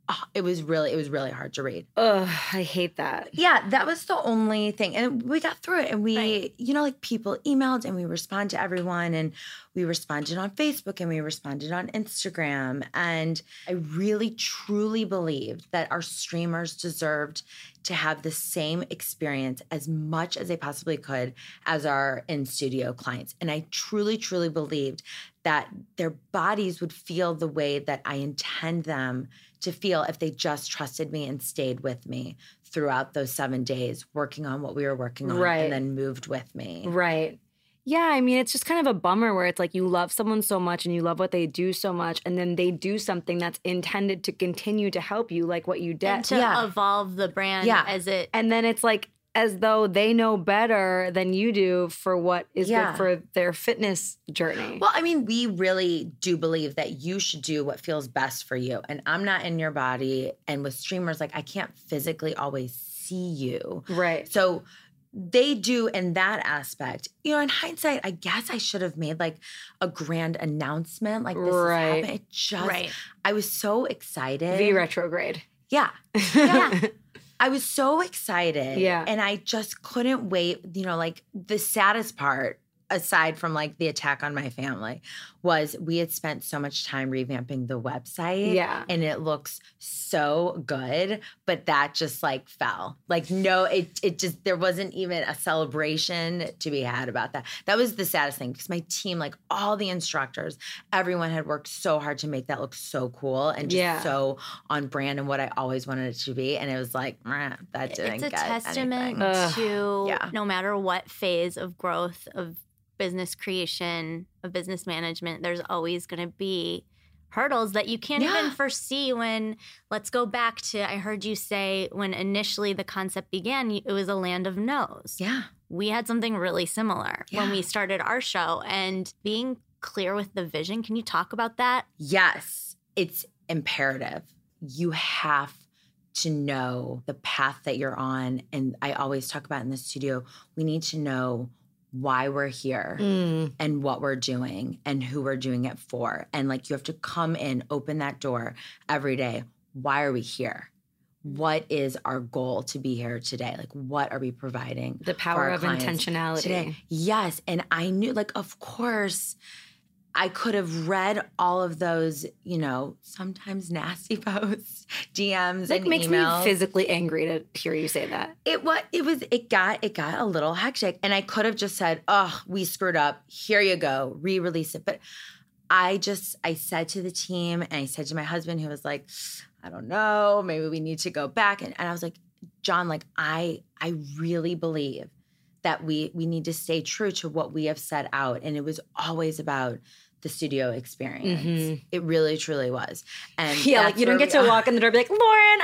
S4: oh, it was really it was really hard to read.
S2: Ugh, I hate that.
S4: Yeah, that was the only thing. And we got through it. And we,
S3: Right.
S4: you know, like people emailed and we respond to everyone. And we responded on Facebook and we responded on Instagram. And I really, truly believed that our streamers deserved to have the same experience as much as they possibly could as our in studio clients. And I truly, truly believed that their bodies would feel the way that I intend them to feel if they just trusted me and stayed with me throughout those seven days, working on what we were working on
S2: Right.
S4: and then moved with me.
S2: Right. Yeah, I mean, it's just kind of a bummer where it's like you love someone so much and you love what they do so much, and then they do something that's intended to continue to help you, like what you did.
S3: And to
S4: yeah.
S3: evolve the brand
S4: Yeah.
S3: as it
S2: and then it's like as though they know better than you do for what is
S4: Yeah.
S2: good for their fitness journey.
S4: Well, I mean, we really do believe that you should do what feels best for you. And I'm not in your body. And with streamers, like, I can't physically always see you.
S2: right.
S4: So they do in that aspect. You know, in hindsight, I guess I should have made like a grand announcement. Like,
S2: Right.
S4: this is happening. It just,
S3: right.
S4: I was so excited.
S2: V retrograde.
S4: yeah. Yeah. I was so excited.
S2: Yeah.
S4: And I just couldn't wait. You know, like the saddest part aside from like the attack on my family was we had spent so much time revamping the website
S2: Yeah.
S4: and it looks so good but that just like fell like no it it just there wasn't even a celebration to be had about that that was the saddest thing because my team like all the instructors everyone had worked so hard to make that look so cool and just
S2: Yeah.
S4: so on brand and what I always wanted it to be and it was like meh, that didn't
S3: it's a
S4: get
S3: testament
S4: anything.
S2: Ugh.
S3: to
S4: Yeah.
S3: no matter what phase of growth of business creation of business management there's always going to be hurdles that you can't
S4: Yeah.
S3: even foresee when let's go back to i heard you say when initially the concept began y- it was a land of no's
S4: yeah
S3: we had something really similar when
S4: Yeah.
S3: we started our show and being clear with the vision can you talk about that
S4: Yes, it's imperative. You have to know the path that you're on. And I always talk about in the studio, we need to know why we're here
S2: Mm.
S4: and what we're doing and who we're doing it for. And like you have to come in, open that door every day. Why are we here? What is our goal to be here today? Like, what are we providing?
S2: The power
S4: our
S2: of
S4: clients
S2: intentionality.
S4: today. Yes. And I knew, like, of course, I could have read all of those, you know, sometimes nasty posts, DMs,
S2: Like
S4: and
S2: makes
S4: emails.
S2: me physically angry to hear you say that.
S4: it was, it was, it got, it got a little hectic, and I could have just said, "Oh, we screwed up. Here you go, re-release it." But I just, I said to the team, and I said to my husband, who was like, "I don't know, maybe we need to go back," and, and I was like, "John, like, I, I really believe that we we need to stay true to what we have set out and it was always about the studio experience
S2: Mhm.
S4: it really truly was and
S2: Yeah, like
S4: that's
S2: you don't
S4: where
S2: get
S4: we
S2: to
S4: are.
S2: walk in the door and be like, Lauren,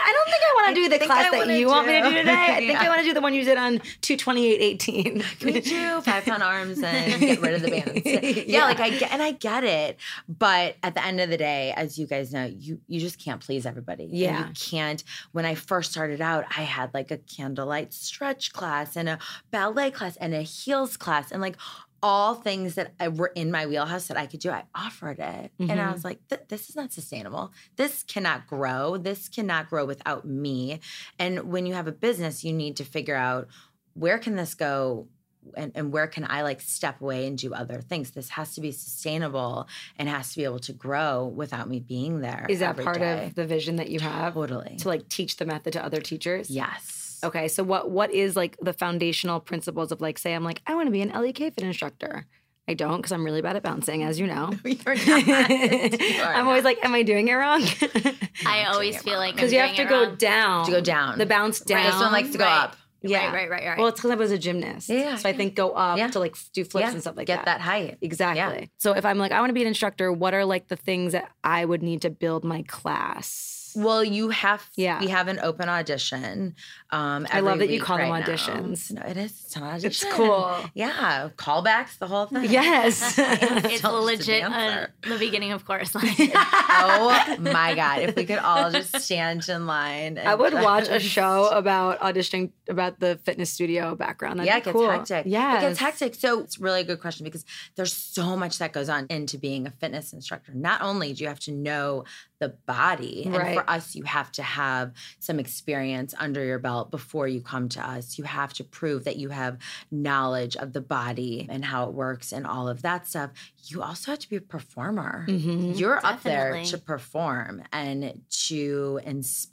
S2: I don't think I want
S4: I
S2: to do the
S4: think
S2: class
S4: I
S2: that
S4: wanna
S2: you want me to do
S4: do-
S2: today. I think I
S4: Yeah.
S2: want to do the one you did on 22818.
S4: Can we do five pound arms and get rid of the bands? Yeah,
S2: Yeah.
S4: like I get and I get it, but at the end of the day, as you guys know, you you just can't please everybody. And
S2: Yeah.
S4: you can't. When I first started out, I had like a candlelight stretch class and a ballet class and a heels class and like all things that I, were in my wheelhouse that I could do. I offered it, and I
S2: Mhm.
S4: was like, "Th- "This is not sustainable. This cannot grow. This cannot grow without me." And when you have a business, you need to figure out where can this go and, and where can I like step away and do other things? This has to be sustainable and has to be able to grow without me being there.
S2: Is that
S4: every
S2: part
S4: day.
S2: of the vision that you have
S4: totally?
S2: to like teach the method to other teachers?
S4: Yes.
S2: Okay, so what what is like the foundational principles of like say I'm like I want to be an LEK fit instructor. I don't because I'm really bad at bouncing, as you know.
S4: You're not. You are
S2: I'm always
S4: not.
S2: like, am I doing it wrong?
S3: i always
S4: it
S3: feel like
S2: Because
S3: I'm
S2: you have
S3: doing
S2: to
S3: it
S2: go
S3: wrong.
S2: down.
S4: To go down.
S2: The bounce down.
S4: This one likes to go
S3: Right.
S4: up.
S2: yeah.
S3: right right right right
S2: Well, it's because I was a gymnast.
S4: Yeah,
S2: So I
S4: yeah.
S2: think go up
S4: Yeah.
S2: to like f- do flips
S4: Yeah,
S2: and stuff like
S4: Get that height.
S2: Exactly. So if I'm like, I want to be an instructor, what are like the things that I would need to build my class?
S4: Well, you have.
S2: Yeah.
S4: We have an open audition. Um,
S2: I love
S4: every
S2: that you
S4: week
S2: call them
S4: right now.
S2: auditions.
S4: No, it is. It's an audition.
S2: It's cool.
S4: Yeah, callbacks, the whole thing.
S2: Yes.
S3: it's
S4: Tell us the
S3: legit uh,
S4: dancer.
S3: the beginning of course like
S4: oh my god! If we could all just stand in line, and
S2: I would watch a show about auditioning about the fitness studio background. That'd
S4: yeah,
S2: be
S4: it gets
S2: cool.
S4: hectic.
S2: Yeah.
S4: it gets hectic. So it's really a good question because there's so much that goes on into being a fitness instructor. Not only do you have to know the body,
S2: Right.
S4: and for us, you have to have some experience under your belt before you come to us. You have to prove that you have knowledge of the body and how it works and all of that stuff. You also have to be a performer.
S2: Mhm.
S4: You're up there
S3: Definitely.
S4: to perform and to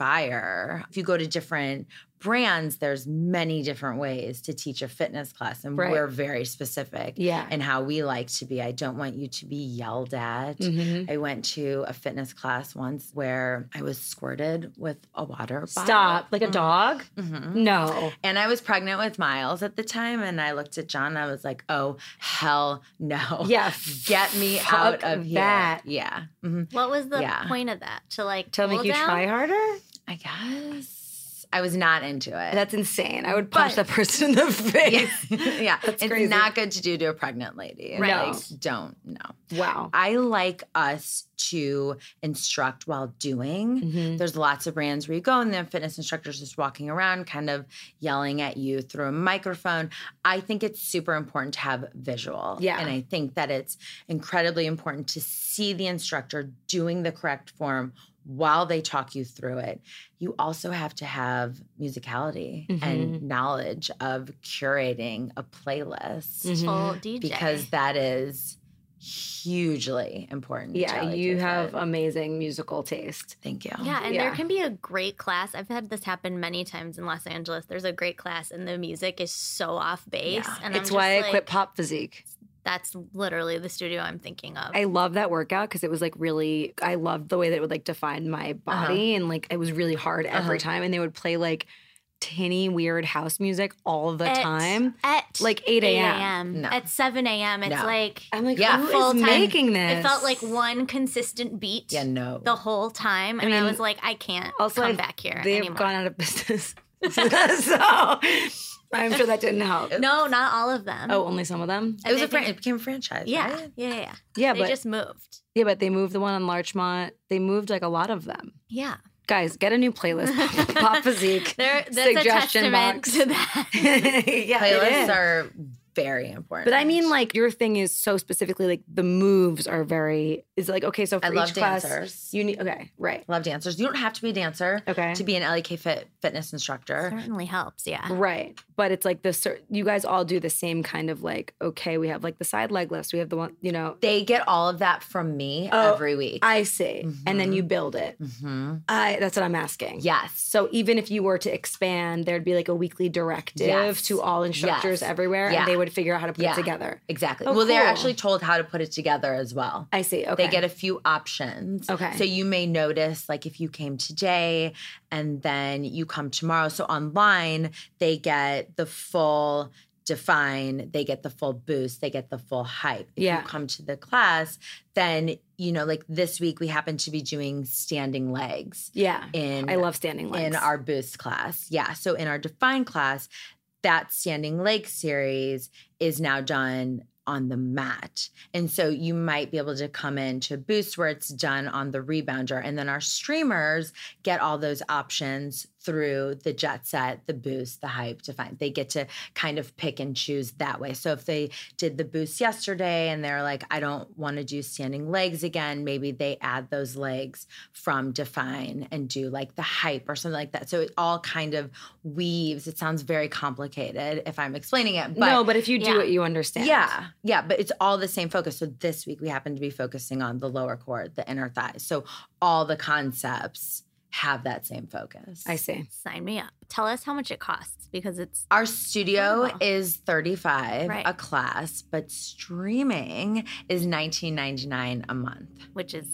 S4: inspire. If you go to different brands, there's many different ways to teach a fitness class, and
S2: Right.
S4: we're very specific
S2: Yeah.
S4: in how we like to be. I don't want you to be yelled at.
S2: Mhm.
S4: I went to a fitness class once where I was squirted with a water bottle.
S2: Stop.
S4: Mm-hmm.
S2: Like a dog?
S4: Mhm.
S2: No.
S4: And I was pregnant with Miles at the time, and I looked at John. And I was like, "Oh hell no!
S2: Yeah.
S4: Oh, get me
S2: fuck
S4: out of here!"
S2: that.
S4: Yeah, Mhm.
S3: What was the
S4: Yeah.
S3: point of that? To like
S2: To
S3: cool
S2: make you
S3: down?
S2: try harder?
S4: I guess I was not into it.
S2: That's insane. I would punch
S4: But-
S2: that person in the
S4: yeah,
S2: face.
S4: yeah.
S2: That's
S4: it's
S2: crazy.
S4: not good to do to a pregnant lady.
S2: Right.
S4: Like, don't know.
S2: Wow.
S4: I like us to instruct while doing.
S2: Mhm.
S4: There's lots of brands where you go and their fitness instructors just walking around, kind of yelling at you through a microphone. I think it's super important to have visual.
S2: Yeah.
S4: And I think that it's incredibly important to see the instructor doing the correct form while they talk you through it, you also have to have musicality
S2: Mm-hmm.
S4: and knowledge of curating a playlist
S3: Full
S2: Mm-hmm.
S3: DJ.
S4: because that is hugely important.
S2: yeah,
S4: Jelly
S2: you
S4: does
S2: have
S4: it.
S2: amazing musical taste.
S4: Thank you.
S3: Yeah, and there
S2: Yeah.
S3: can be a great class. I've had this happen many times in Los Angeles. There's a great class, and the music is so off base.
S4: Yeah.
S3: And
S2: it's
S3: I'm just
S2: why I
S3: like,
S2: quit pop physique.
S3: That's literally the studio I'm thinking of.
S2: I love that workout because it was like really. I loved the way that it would like define
S3: Uh-huh.
S2: my body, and like it was really hard every time. And they would play like tinny weird house music all the
S3: at,
S2: time.
S3: at
S2: Like 8 a.m..
S4: No.
S3: At 7 a.m. It's
S4: No.
S3: like
S2: I'm like,
S4: Yeah,
S2: who is
S3: full-time.
S2: making this?
S3: it felt like one consistent beat
S4: Yeah, no.
S3: the whole time, and I,
S2: mean,
S3: was like, I can't
S2: also
S3: come
S2: I've-
S3: back here
S2: They've
S3: anymore.
S2: gone out of business, so I'm sure that didn't help.
S3: no, not all of them.
S2: Oh, only some of them.
S4: it was
S3: I
S4: a fran-
S3: think-
S4: it became a franchise.
S3: yeah,
S4: right?
S3: yeah, yeah, yeah.
S2: Yeah,
S3: they
S2: but
S3: just moved.
S2: yeah, but they moved the one on Larchmont. They moved like a lot of them.
S3: Yeah,
S2: Guys, get a new playlist. Pop, physique.
S3: there, that's
S2: Suggestion
S3: a testament
S2: box.
S3: to that.
S2: yeah, it
S4: Playlists
S2: is.
S4: are very important.
S2: But I mean, like your thing is so specifically like the moves are very. Is like okay, so for
S4: I love
S2: each class,
S4: dancers.
S2: you need okay, right,
S4: love dancers. You don't have to be a dancer
S2: Okay.
S4: to be an LEK fit, fitness instructor.
S3: Certainly helps. Yeah.
S2: right. But it's like the cer- you guys all do the same kind of like okay, we have like the side leg lifts, we have the one, you know.
S4: They get all of that from me
S2: Oh,
S4: every week.
S2: I see, and then you
S4: Mm-hmm.
S2: build it.
S4: Mhm.
S2: I that's what I'm asking.
S4: Yes.
S2: So even if you were to expand, there'd be like a weekly directive
S4: Yes.
S2: to all instructors
S4: Yes.
S2: everywhere,
S4: Yeah.
S2: and they would figure out how to put
S4: Yeah.
S2: it together.
S4: Exactly.
S2: Oh,
S4: well, they're
S2: cool.
S4: actually told how to put it together as well.
S2: I see. Okay.
S4: They get a few options.
S2: Okay.
S4: So you may notice, like, if you came today and then you come tomorrow. So online, they get the full define, they get the full boost, they get the full hype. If
S2: Yeah.
S4: you come to the class, then, you know, like this week we happen to be doing standing legs
S2: yeah.
S4: in
S2: I love standing legs.
S4: in our boost class. Yeah. So in our defined class, that standing leg series is now done on the mat. And so you might be able to come in to boost where it's done on the rebounder. And then our streamers get all those options through the jet set, the boost, the hype define. They get to kind of pick and choose that way. So if they did the boost yesterday and they're like, I don't want to do standing legs again, maybe they add those legs from define and do like the hype or something like that. So it all kind of weaves. It sounds very complicated if I'm explaining it, but
S2: no, but if you do
S3: Yeah.
S2: it, you understand.
S4: yeah, yeah, but it's all the same focus. So this week we happen to be focusing on the lower cord, the inner thigh. So all the concepts have that same focus.
S2: I see.
S3: Sign me up. Tell us how much it costs because it's
S4: Our studio
S3: Wow.
S4: is 35
S3: Right.
S4: a class, but streaming is 19.99 a month,
S3: which is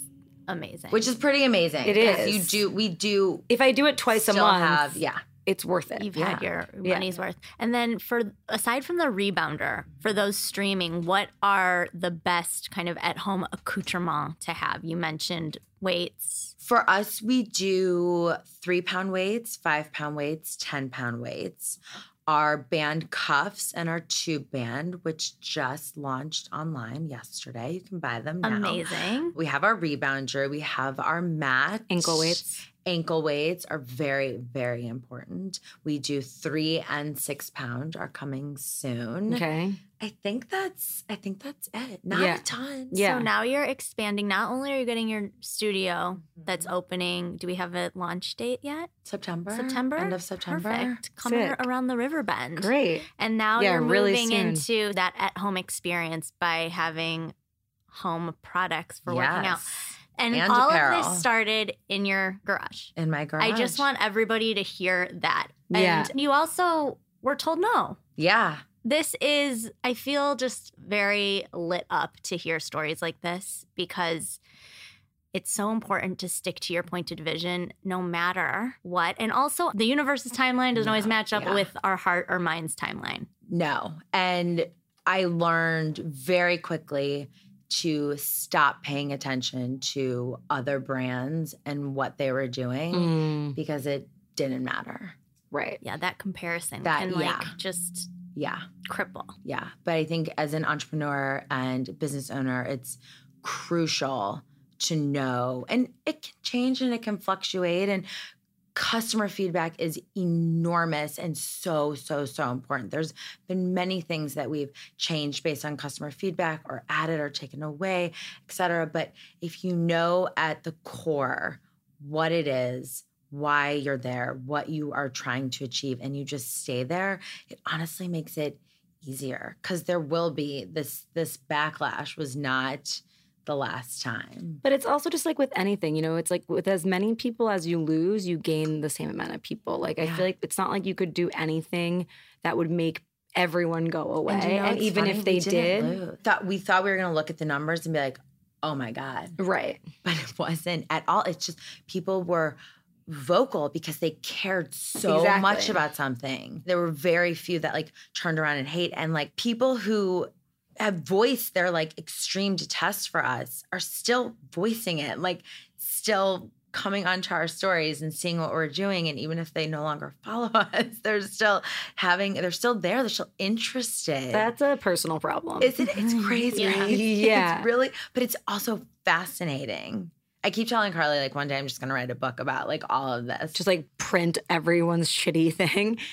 S3: amazing.
S4: which is pretty amazing.
S2: It
S4: 'cause You
S2: is.
S4: do we do
S2: If I do it twice a
S4: still
S2: month,
S4: have yeah.
S2: it's worth it.
S3: you've had
S4: yeah.
S3: your
S2: Yeah.
S3: money's worth. And then for aside from the rebounder, for those streaming, what are the best kind of at home accoutrement to have? You mentioned weights.
S4: For us, we do three pound weights, five pound weights, 10 pound weights, our band cuffs, and our tube band, which just launched online yesterday. You can buy them now.
S3: Amazing.
S4: We have our rebounder, we have our mat.
S2: Ankle weights.
S4: Ankle weights are very, very important. We do three and six pound are coming soon.
S2: Okay.
S4: I think that's I think that's it. Not
S2: Yeah.
S4: a ton.
S2: Yeah.
S3: So now you're expanding. Not only are you getting your studio that's
S4: Mm-hmm.
S3: opening, do we have a launch date yet?
S4: September.
S3: September?
S4: End of September.
S3: Perfect. Coming
S2: Sick.
S3: around the river bend.
S2: Great.
S3: And now
S2: Yeah,
S3: you're
S2: really
S3: moving
S2: soon.
S3: into that at home experience by having home products for working out.
S4: Yes.
S3: And,
S4: And
S3: all of
S4: apparel.
S3: this started in your garage.
S4: in my garage.
S3: I just want everybody to hear that. And
S2: Yeah.
S3: you also were told no.
S4: Yeah.
S3: This is, I feel just very lit up to hear stories like this because it's so important to stick to your pointed vision no matter what. And also, the universe's timeline doesn't always match up
S4: yeah.
S3: with our heart or mind's timeline.
S4: No. And I learned very quickly to stop paying attention to other brands and what they were doing
S2: Mm,
S4: because it didn't matter.
S2: right.
S3: Yeah, that comparison
S4: That-
S3: can like
S4: yeah.
S3: just
S4: Yeah.
S3: cripple.
S4: Yeah. But I think as an entrepreneur and business owner, it's crucial to know, and it can change and it can fluctuate. And customer feedback is enormous and so, so, so important. There's been many things that we've changed based on customer feedback or added or taken away, et cetera. But if you know at the core, what it is, why you're there, what you are trying to achieve, and you just stay there, it honestly makes it easier because there will be this this backlash was not the last time.
S2: But it's also just like with anything, you know, it's like with as many people as you lose, you gain the same amount of people. Like I feel like it's not like you could do anything that would make everyone go away. And,
S4: you know, it's
S2: even
S4: funny,
S2: if they
S4: we
S2: did,
S4: didn't lose. thought we thought we were gonna look at the numbers and be like, oh my God.
S2: right.
S4: but it wasn't at all. It's just people were vocal because they cared so
S2: Exactly.
S4: much about something. There were very few that like turned around and hate, and like people who have voiced their like extreme detest for us are still voicing it, like still coming onto our stories and seeing what we're doing. And even if they no longer follow us, they're still having, they're still there, they're still interested.
S2: That's a personal problem.
S4: Isn't it? It's crazy.
S3: Yeah.
S4: It's-
S2: Yeah.
S4: It's really, but it's also fascinating. I keep telling Carly, like, one day I'm just going to write a book about like all of this.
S2: just like print everyone's shitty thing.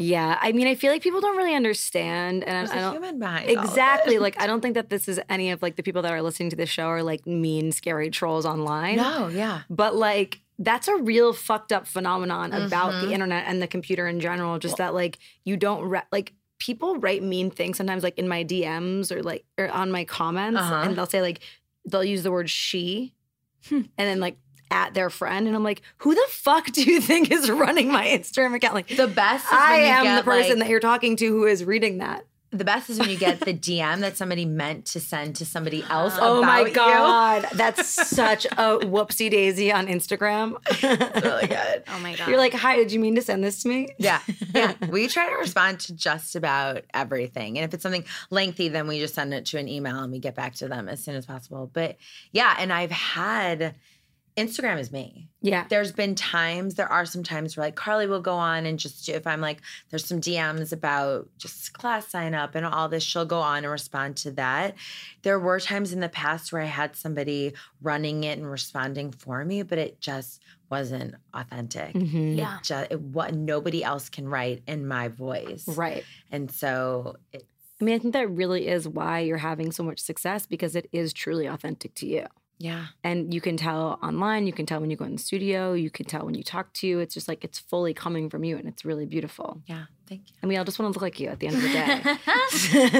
S2: Yeah. I mean, I feel like people don't really understand. And
S4: there's
S2: I, I
S4: a
S2: don't
S4: human behind all of it.
S2: exactly like I don't think that this is any of like the people that are listening to this show are like mean, scary trolls online.
S4: No, yeah.
S2: But like that's a real fucked up phenomenon about the
S4: Mhm.
S2: internet and the computer in general. Just that like you don't re- like people write mean things sometimes like in my DMs or like or on my comments
S4: Uh-huh. Hmm.
S2: and they'll say like they'll use the word she and then like at their friend and I'm like who the fuck do you think is running my Instagram account like
S4: The best is
S2: I
S4: when you
S2: am
S4: get,
S2: the person
S4: like-
S2: that you're talking to who is reading that.
S4: The best is when you get the DM that somebody meant to send to somebody else.
S2: Oh my
S4: about
S2: god, that's such a whoopsie daisy on Instagram.
S4: You. Really good.
S3: Oh my god.
S2: You're like, hi, did you mean to send this to me?
S4: Yeah. Yeah. we try to respond to just about everything. And if it's something lengthy, then we just send it to an email and we get back to them as soon as possible. But yeah, and I've had Instagram is me.
S2: Yeah.
S4: there's been times there are some times where like carly will go on and just do if i'm like there's some dms about just class sign up and all this she'll go on and respond to that there were times in the past where i had somebody running it and responding for me but it just wasn't authentic
S2: Mhm.
S3: yeah.
S4: just it, what nobody else can write in my voice
S2: Right.
S4: and so it,
S2: I mean, I think that really is why you're having so much success because it is truly authentic to you.
S4: yeah
S2: And you can tell online, you can tell when you go in the studio, you can tell when you talk to. It's just like it's fully coming from you and it's really beautiful.
S4: yeah thank you
S2: I mean, I'll just want to look like you at the end of the day.
S3: so um, I'm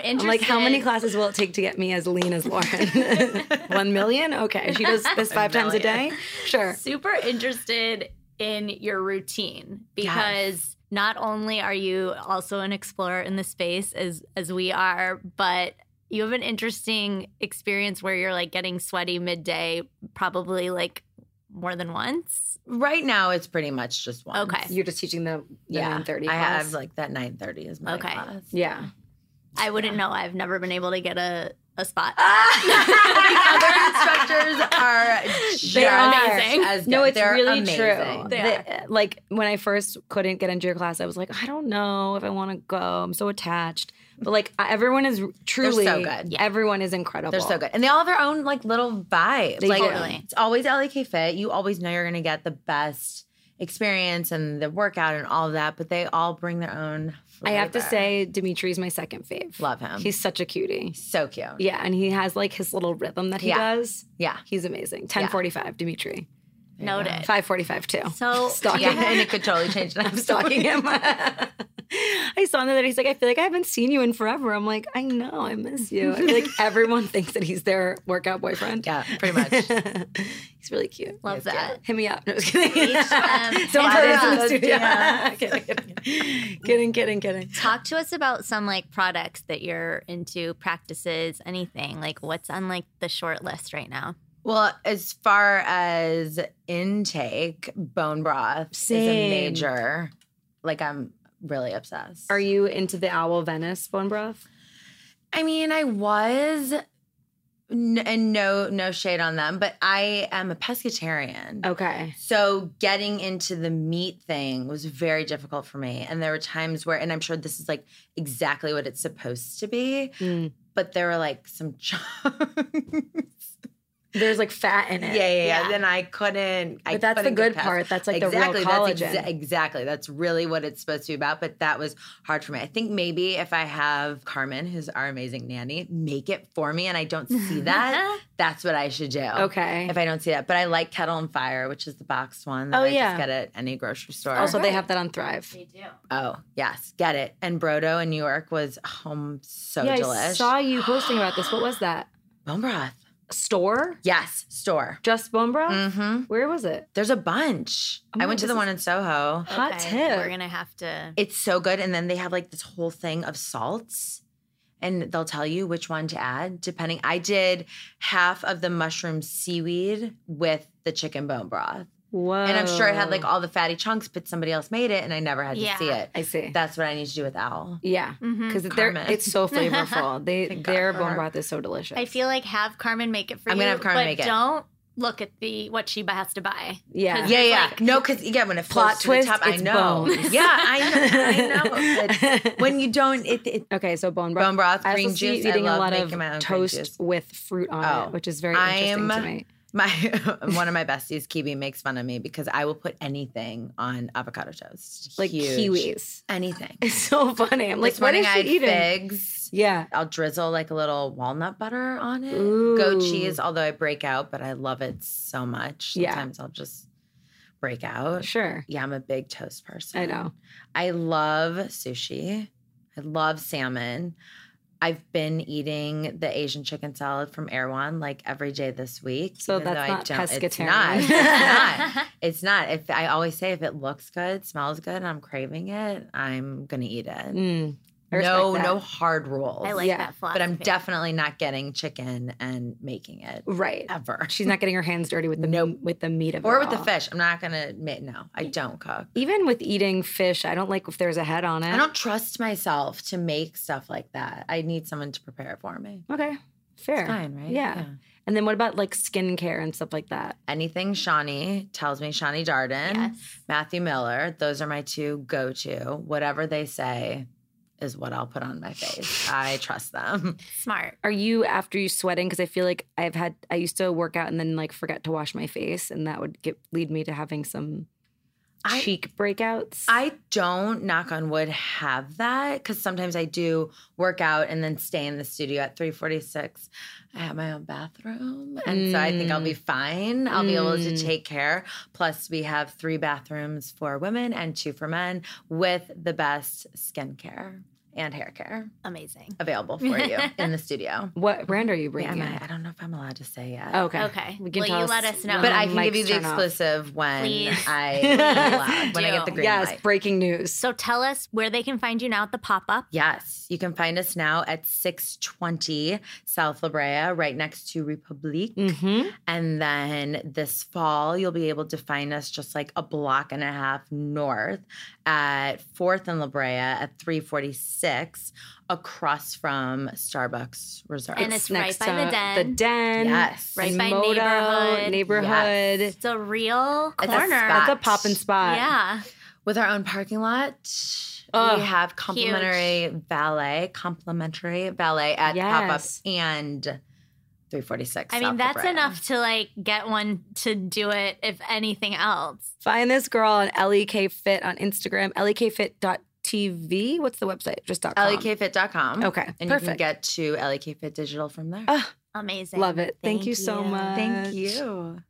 S3: interested.
S2: I'm like, how many classes will it take to get me as lean as Lauren? One million? Okay. She does this five times a day?
S4: million.
S2: Sure.
S3: super interested in your routine because not only are you also an explorer in the space as as we are, but you have an interesting experience where you're like getting sweaty midday, probably like more than once.
S4: right now it's pretty much just one
S3: Okay.
S2: You're just teaching the, the
S4: yeah
S2: 930
S4: i
S2: class.
S4: have like that 930 is my
S3: Okay.
S4: class
S2: yeah.
S3: I wouldn't know. I've never been able to get a, a spot.
S4: other instructors are
S3: They are
S4: just
S3: amazing.
S4: As good.
S2: No, it's
S4: They're
S2: really
S4: amazing.
S2: true.
S3: They
S2: The- uh, like when I first couldn't get into your class, I was like, I don't know if I want to go. I'm so attached. But like I- everyone is r- truly
S4: good. Yeah.
S2: Everyone is incredible.
S4: They're so good, and they all have their own like little vibe.
S2: They
S4: like
S2: do.
S3: Totally.
S4: it's always LAK Fit. You always know you're going to get the best experience and the workout and all of that. But they all bring their own.
S2: I have to
S4: flavor.
S2: say, Dimitri's my second fave.
S4: love him. He's
S2: He's such a cutie.
S4: so cute.
S2: Yeah, and he has like his little rhythm that he
S4: Yeah.
S2: does.
S4: Yeah,
S2: He's amazing. 1045, Dimitri.
S3: Noted.
S2: 545 too.
S3: So
S2: Stalking.
S3: do
S4: yeah,
S3: you
S4: and it could totally change.
S2: I'm stalking him. I saw him the other day. He's like, I feel like I haven't seen you in forever. I'm like, I know, I miss you. I feel like everyone thinks that he's their workout boyfriend.
S4: Yeah, pretty much.
S2: he's really cute.
S3: love that.
S2: Hit me up. No, just kidding.
S3: um,
S2: Don't
S3: hit
S2: put
S3: her
S2: us in the
S4: up.
S2: studio.
S4: Yeah.
S2: kidding, kidding, kidding. kidding, kidding, kidding.
S3: Talk to us about some like products that you're into, practices, anything. Like what's on like the short list right now?
S4: Well, as far as intake, bone broth is
S2: Same.
S4: a major. Like I'm really obsessed.
S2: Are you into the owl Venice bone broth?
S4: I mean, I was, n- and no, no shade on them, but I am a pescatarian.
S2: Okay.
S4: So getting into the meat thing was very difficult for me. And there were times where, and I'm sure this is like exactly what it's supposed to be,
S2: Mm.
S4: but there were like some chunks
S2: there's like fat in
S4: Yeah,
S2: it.
S4: yeah, yeah.
S3: Yeah.
S4: Then I couldn't. I
S2: But that's the
S4: couldn't get
S2: good
S4: past-
S2: part. That's like the real
S4: exactly. that's
S2: collagen.
S4: exa- exactly. That's really what it's supposed to be about. But that was hard for me. I think maybe if I have Carmen, who's our amazing nanny, make it for me, and I don't see that, that's what I should do.
S2: Okay.
S4: If I don't see that, but I like Kettle and Fire, which is the boxed one. That
S2: Oh,
S4: I
S2: yeah.
S4: Just get at any grocery store.
S2: Also, they have that on Thrive.
S3: They do.
S4: oh yes, get it. And Brodo in New York was home so
S2: yeah, I
S4: delish.
S2: saw you posting about this. What was that?
S4: Bone broth.
S2: Store?
S4: Yes, store.
S2: Just bone broth?
S4: Mm-hmm.
S2: Where was it?
S4: There's a bunch.
S2: Oh my
S4: I went
S2: God,
S4: to the
S2: this
S4: one in Soho.
S2: Hot
S3: Okay,
S2: tip.
S3: We're gonna have to.
S4: It's so good. And then they have like this whole thing of salts. And they'll tell you which one to add, depending. I did half of the mushroom seaweed with the chicken bone broth.
S2: Whoa.
S4: And I'm sure it had
S2: Oh.
S4: like all the fatty chunks, but somebody else made it and I never had to see
S3: Yeah.
S4: it.
S2: I see.
S4: That's what I need to do with Owl.
S2: yeah.
S3: Mhm.
S2: Because they're
S4: Carmen.
S2: it's so flavorful. They
S4: Mm, Thank God
S2: their
S4: for
S2: bone
S4: her.
S2: broth is so delicious.
S3: I feel like have Carmen make it for
S4: I'm
S3: you.
S4: gonna have Carmen
S3: but
S4: make it.
S3: Don't look at the what she has to buy.
S2: yeah.
S4: Yeah, yeah.
S3: like-
S4: no, because yeah, when it
S2: Plot
S4: floats
S2: twist,
S4: to the top,
S2: it's
S4: I know.
S2: bones.
S4: Yeah, I know. I know. But when you don't, it, it
S2: Okay, so bone broth.
S4: bone broth,
S2: I also
S4: green
S2: see you
S4: juice.
S2: eating
S4: I
S2: a lot
S4: love making my
S2: of
S4: own Green
S2: toast
S4: juice.
S2: with fruit on
S4: Oh.
S2: it, which is very
S4: I'm-
S2: interesting to me.
S4: My one of my besties, Kiwi, makes fun of me because I will put anything on avocado toast,
S2: Like
S4: Huge.
S2: kiwis.
S4: anything.
S2: It's so funny. I'm like,
S4: this
S2: what
S4: morning
S2: is
S4: I
S2: she
S4: had
S2: eating?
S4: figs.
S2: Yeah.
S4: I'll drizzle like a little walnut butter on it,
S2: Ooh.
S4: goat cheese. Although I break out, but I love it so much.
S2: Yeah.
S4: Sometimes I'll just break out.
S2: Sure.
S4: Yeah, I'm a big toast person.
S2: I know.
S4: I love sushi. I love salmon. I've been eating the Asian chicken salad from Erewhon like every day this week.
S2: So
S4: even though
S2: that's
S4: I
S2: not
S4: don't- It's
S2: pescatarian.
S4: not. It's not. It's not. If I always say if it looks good, smells good, and I'm craving it, I'm gonna eat it.
S2: Mm. I respect
S4: No,
S2: that.
S4: no hard rules.
S3: I like
S2: Yeah,
S3: that philosophy.
S4: but I'm definitely not getting chicken and making it
S2: Right.
S4: ever.
S2: She's not getting her hands dirty with the
S4: Nope.
S2: with the meat of it.
S4: or with the
S2: all.
S4: fish. I'm not gonna admit no, I don't cook.
S2: Even with eating fish, I don't like if there's a head on it.
S4: I don't trust myself to make stuff like that. I need someone to prepare it for me.
S2: Okay. Fair.
S4: It's fine, right?
S2: Yeah. And then what about like skincare and stuff like that?
S4: Anything Shawnee tells me, Shawnee Darden,
S3: Yes.
S4: Matthew Miller, those are my two go to. Whatever they say is what I'll put on my face. I trust them.
S3: smart.
S2: Are you after you sweating? Because I feel like I've had I used to work out and then like forget to wash my face, and that would get lead me to having some
S4: I-
S2: cheek breakouts.
S4: I don't, knock on wood, have that because sometimes I do work out and then stay in the studio at 346. I have my own bathroom. And so I think I'll be fine. I'll be able to
S2: Mm.
S4: take care. Plus, we have three bathrooms for women and two for men with the best skincare and hair care
S3: Amazing.
S4: available for you in the studio.
S2: what brand are you
S4: Wait,
S2: bringing?
S4: am I, I don't know if I'm allowed to say yet.
S2: Okay.
S3: Okay.
S2: We can
S3: Will
S2: tell
S3: you
S2: us
S3: let us know?
S2: when
S4: But
S2: the
S4: I can give you
S2: mics
S4: the
S2: turn off.
S4: exclusive when
S3: Please.
S4: I
S2: Please
S4: allowed, when I get
S3: do.
S4: the green
S2: Yes,
S4: light.
S2: breaking news.
S3: So tell us where they can find you now at the pop up.
S4: Yes, you can find us now at 620 South La Brea, right next to Republique.
S3: Mm.
S2: Mm-hmm.
S4: And then this fall, you'll be able to find us just like a block and a half north at 4th and La Brea at 346, across from Starbucks Reserve.
S3: And it's right by the den.
S2: The den.
S4: yes.
S3: Right by
S2: Modo,
S3: neighborhood.
S2: Neighborhood.
S4: Yes.
S3: It's a real
S4: It's a
S3: corner.
S4: spot.
S2: That's a poppin' spot.
S3: Yeah.
S4: With our own parking lot,
S2: Ugh,
S4: we have complimentary valet, complimentary valet at pop up
S2: Yes.
S4: and 346.
S3: I mean,
S4: South La
S3: that's
S4: Brea.
S3: enough to like get one to do it if anything else.
S2: Find this girl on LEK Fit on Instagram, E lekfit.tv. What's the website? Just dot com.
S4: lekfit.com.
S2: Okay,
S4: E And you can
S2: perfect.
S4: get to lekfit digital from there.
S2: Oh,
S3: Amazing.
S2: Love it. Thank, you so much.
S4: Thank you.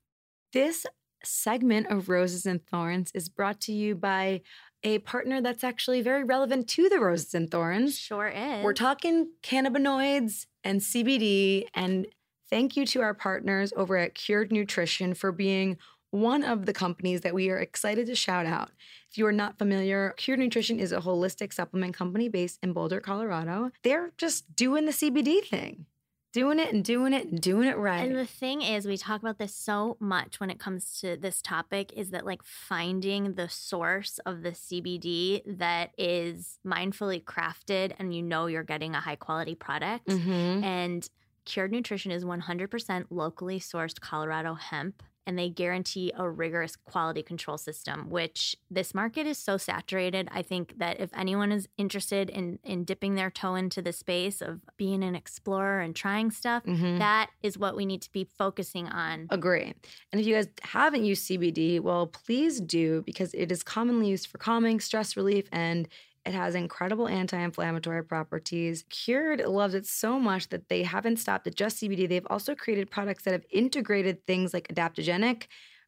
S2: This segment of Roses and Thorns is brought to you by a partner that's actually very relevant to the Roses and Thorns.
S3: Sure is.
S2: We're talking cannabinoids and CBD. And thank you to our partners over at Cured Nutrition for being one of the companies that we are excited to shout out. If you are not familiar, Cured Nutrition is a holistic supplement company based in Boulder, Colorado. They're just doing the CBD thing, doing it and doing it and doing it right.
S3: And the thing is, we talk about this so much when it comes to this topic is that like finding the source of the CBD that is mindfully crafted and you know you're getting a high quality product.
S2: Mhm.
S3: And Cured Nutrition is 100% locally sourced Colorado hemp. and they guarantee a rigorous quality control system, which this market is so saturated. I think that if anyone is interested in, in dipping their toe into the space of being an explorer and trying stuff,
S2: Mhm.
S3: that is what we need to be focusing on.
S2: Agree. And if you guys haven't used CBD, well, please do because it is commonly used for calming, stress relief, and it has incredible anti inflammatory properties. Cured loves it so much that they haven't stopped at just CBD. They've also created products that have integrated things like adaptogenic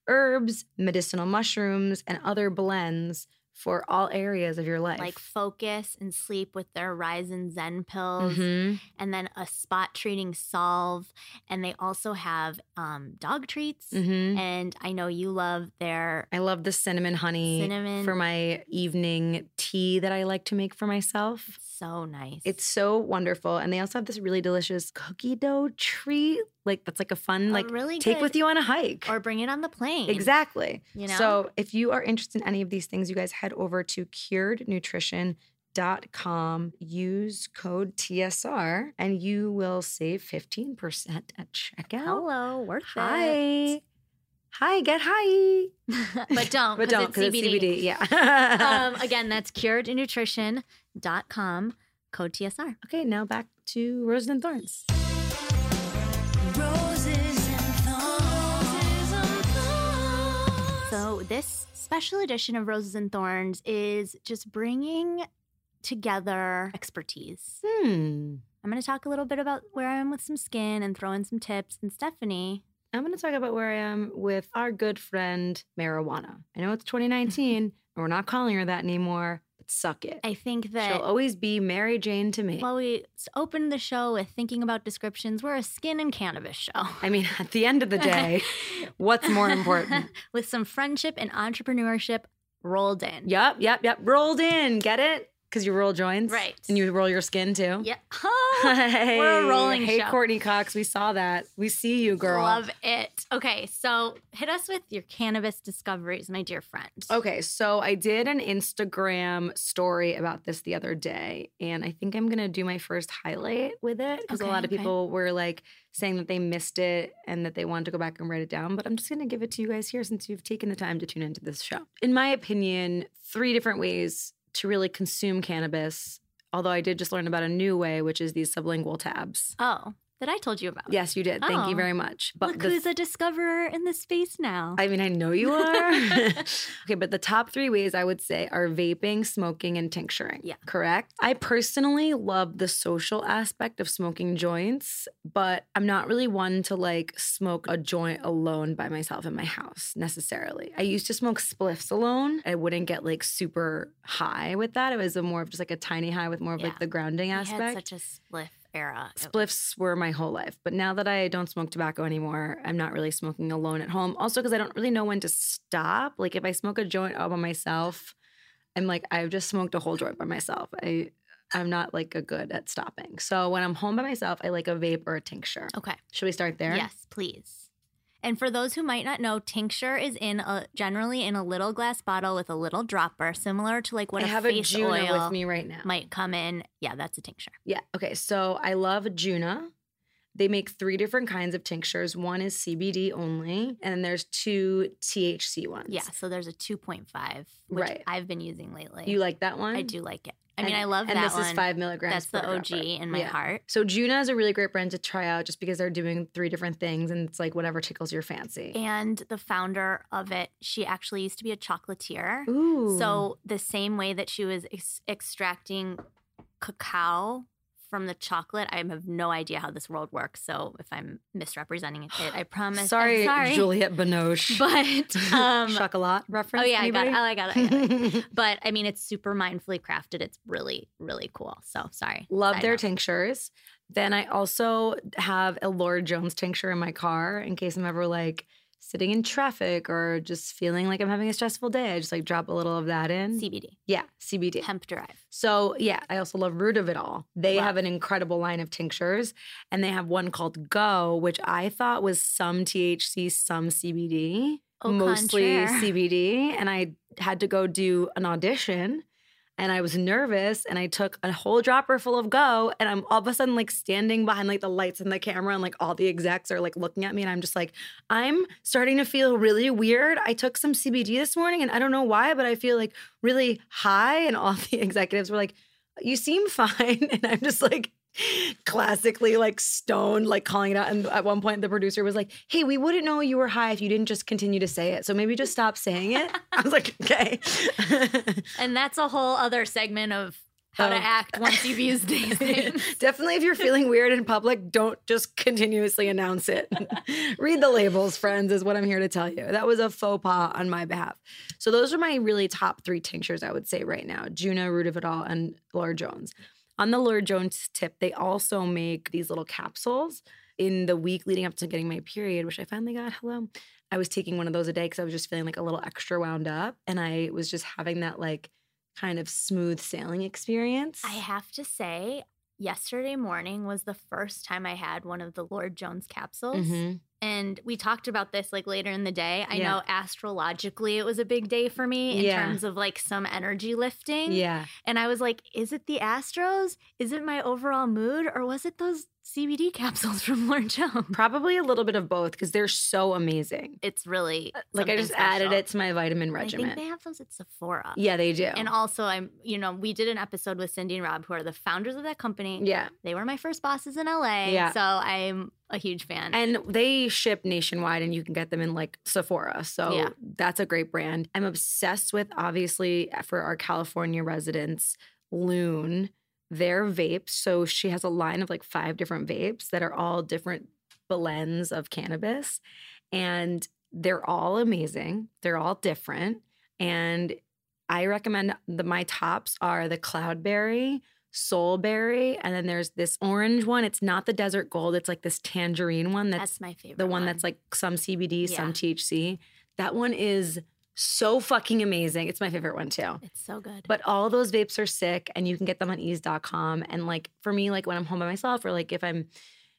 S2: herbs, medicinal mushrooms, and other blends for all areas of your life.
S3: Like focus and sleep with their Ryzen Zen pills,
S2: Mhm.
S3: and then a spot treating solve. And they also have um, dog treats.
S2: Mhm.
S3: And I know you love their
S2: I love the cinnamon honey
S3: Cinnamon.
S2: for my evening tea that I like to make for myself.
S3: so nice.
S2: It's so wonderful. And they also have this really delicious cookie dough treat. Like that's like a fun,
S3: A
S2: like
S3: Oh, really
S2: take
S3: good-
S2: with you on a hike.
S3: or bring it on the plane.
S2: exactly.
S3: You know?
S2: So if you are interested in any of these things, you guys head over to curednutrition.com, use code TSR, and you will save 15% at checkout.
S3: Hello, Oh, worth it.
S2: Hi. Hi, get high.
S3: but don't,
S2: But don't, because it's CBD. Yeah.
S3: um, again, that's curednutrition.com, code TSR.
S2: okay, now back to Roses and Thorns.
S3: So, this special edition of Roses and Thorns is just bringing together expertise.
S2: Hmm.
S3: I'm going to talk a little bit about where I am with some skin and throw in some tips. And Stephanie,
S2: I'm going to talk about where I am with our good friend marijuana. I know it's
S3: Mm-hmm.
S2: 2019 and we're not calling her that anymore, but suck it.
S3: I think that
S2: She'll always be Mary Jane to me.
S3: while we s- opened the show with thinking about descriptions, we're a skin and cannabis show.
S2: I mean, at the end of the day, what's more important?
S3: with some friendship and entrepreneurship rolled in.
S2: Yep, yep, yep. Rolled in. Get it? Because you roll joints.
S3: Right.
S2: And you roll your skin too.
S3: Yep. Oh,
S2: Hey,
S3: We're a rolling
S2: Hey,
S3: show.
S2: Courtney Cox. We saw that. We see you, girl.
S3: Love it. Okay, so hit us with your cannabis discoveries, my dear friend.
S2: Okay, so I did an Instagram story about this the other day, and I think I'm gonna do my first highlight with it because a
S3: Okay,
S2: lot of
S3: okay.
S2: people were like saying that they missed it and that they wanted to go back and write it down. But I'm just gonna give it to you guys here since you've taken the time to tune into this show. In my opinion, three different ways to really consume cannabis. Although I did just learn about a new way, which is these sublingual tabs.
S3: Oh, that I told you about.
S2: Yes, you did. Thank
S3: Oh.
S2: you very much.
S3: Look
S2: the
S3: who's a discoverer in the space now.
S2: I mean, I know you are. okay, but the top three ways I would say are vaping, smoking, and tincturing.
S3: Yeah.
S2: Correct? I personally love the social aspect of smoking joints, but I'm not really one to like smoke a joint alone by myself in my house necessarily. I used to smoke spliffs alone. I wouldn't get like super high with that. It was a more of just like a tiny high with more of
S3: Yeah.
S2: like the grounding
S3: We had
S2: aspect
S3: such a spliff era. It-
S2: spliffs were my whole life but now that i don't smoke tobacco anymore i'm not really smoking alone at home also because i don't really know when to stop like if i smoke a joint all by myself i'm like i've just smoked a whole joint by myself i i'm not like a good at stopping so when i'm home by myself i like a vape or a tincture
S3: Okay.
S2: should we start there
S3: Oh, Yes, please. And for those who might not know, tincture is in a generally in a little glass bottle with a little dropper, similar to like what
S2: i
S3: a
S2: have a
S3: face
S2: juno
S3: oil
S2: with me right now
S3: might come in. Yeah, that's a tincture.
S2: Yeah. Okay. So I love Juna. They make three different kinds of tinctures. One is CBD only, and then there's two THC ones.
S3: Yeah, so there's a 2.5, which
S2: Right.
S3: I've been using lately.
S2: You like that one?
S3: I do like it. I mean,
S2: And-
S3: I love
S2: and
S3: that
S2: this
S3: one.
S2: is five
S3: That's
S2: milligrams.
S3: the
S2: per
S3: OG
S2: dropper.
S3: in my
S2: Yeah.
S3: heart.
S2: So Juna is a really great brand to try out just because they're doing three different things and it's like whatever tickles your fancy.
S3: And the founder of it, she actually used to be a chocolatier.
S2: Ooh.
S3: So the same way that she was ex- extracting cacao from the chocolate, I have no idea how this world works. So if I'm misrepresenting it, I promise. um, I'm
S2: sorry,
S3: sorry.
S2: Juliette Binoche.
S3: But um,
S2: Chocolat reference.
S3: oh yeah, I got, it.
S2: anybody?
S3: I got it. I got it. But I mean, it's super mindfully crafted. It's really, really cool. So sorry.
S2: Love
S3: Side
S2: their
S3: note.
S2: tinctures. Then I also have a Laura Jones tincture in my car in case I'm ever like sitting in traffic or just feeling like I'm having a stressful day. I just like drop a little of that in.
S3: CBD,
S2: Mm. yeah, CBD.
S3: hemp derived.
S2: So yeah, I also love Root of It All. They
S3: Love.
S2: have an incredible line of tinctures, and they have one called Go, which I thought was some THC, some CBD,
S3: Au
S2: mostly
S3: contraire.
S2: CBD. And I had to go do an audition, and I was nervous and I took a whole dropper full of go and I'm all of a sudden like standing behind like the lights and the camera and like all the execs are like looking at me and I'm just like I'm starting to feel really weird. I took some CBD this morning and I don't know why but I feel like really high and all the executives were like you seem fine and I'm just like classically like stoned like calling it out and at one point the producer was like hey we wouldn't know you were high if you didn't just continue to say it so maybe just stop saying it i was like okay
S3: And that's a whole other segment of how to
S2: Oh.
S3: act once you've used these names.
S2: Definitely, if you're feeling weird in public, don't just continuously announce it. Read the labels, friends, is what I'm here to tell you. That was a faux pas on my behalf. So, those are my really top three tinctures I would say right now Juno, Root of It All, and Laura Jones. On the Laura Jones tip, they also make these little capsules. In the week leading up to getting my period, which I finally got, hello, I was taking one of those a day because I was just feeling like a little extra wound up. And I was just having that like kind of smooth sailing experience.
S3: I have to say, yesterday morning was the first time I had one of the Lord Jones capsules.
S2: Mhm.
S3: And we talked about this like later in the day. I
S2: Yeah.
S3: know astrologically it was a big day for me in
S2: Yeah.
S3: terms of like some energy lifting.
S2: Yeah.
S3: And I was like, is it the Astros? Is it my overall mood? Or was it those CBD capsules from Lord Jones?
S2: Probably a little bit of both because they're so amazing.
S3: It's really
S2: Uh, Like I
S3: Uh, something
S2: just added
S3: special.
S2: it to my vitamin
S3: And I
S2: regimen.
S3: think they have those at Sephora.
S2: yeah, they do.
S3: And also, I'm, you know, we did an episode with Cindy and Rob, who are the founders of that company.
S2: yeah.
S3: They were my first bosses in LA.
S2: Yeah.
S3: So I'm a huge fan.
S2: And they ship nationwide and you can get them in like Sephora. So
S3: Yeah.
S2: that's a great brand. I'm obsessed with, obviously, uh, for our California residents, Loon, their vapes. So she has a line of like five different vapes that are all different blends of cannabis. And they're all amazing, they're all different. And I recommend the my tops are the cloudberry, soulberry, and then there's this orange one. It's not the desert gold. It's like this tangerine one. That's,
S3: that's, my favorite.
S2: the one, that's like some CBD,
S3: Yeah.
S2: some THC. That one is so fucking amazing. It's my favorite one too.
S3: It's so good.
S2: But all those vapes are sick and you can get them on ease.com. And like for me, like when I'm home by myself or like if I'm,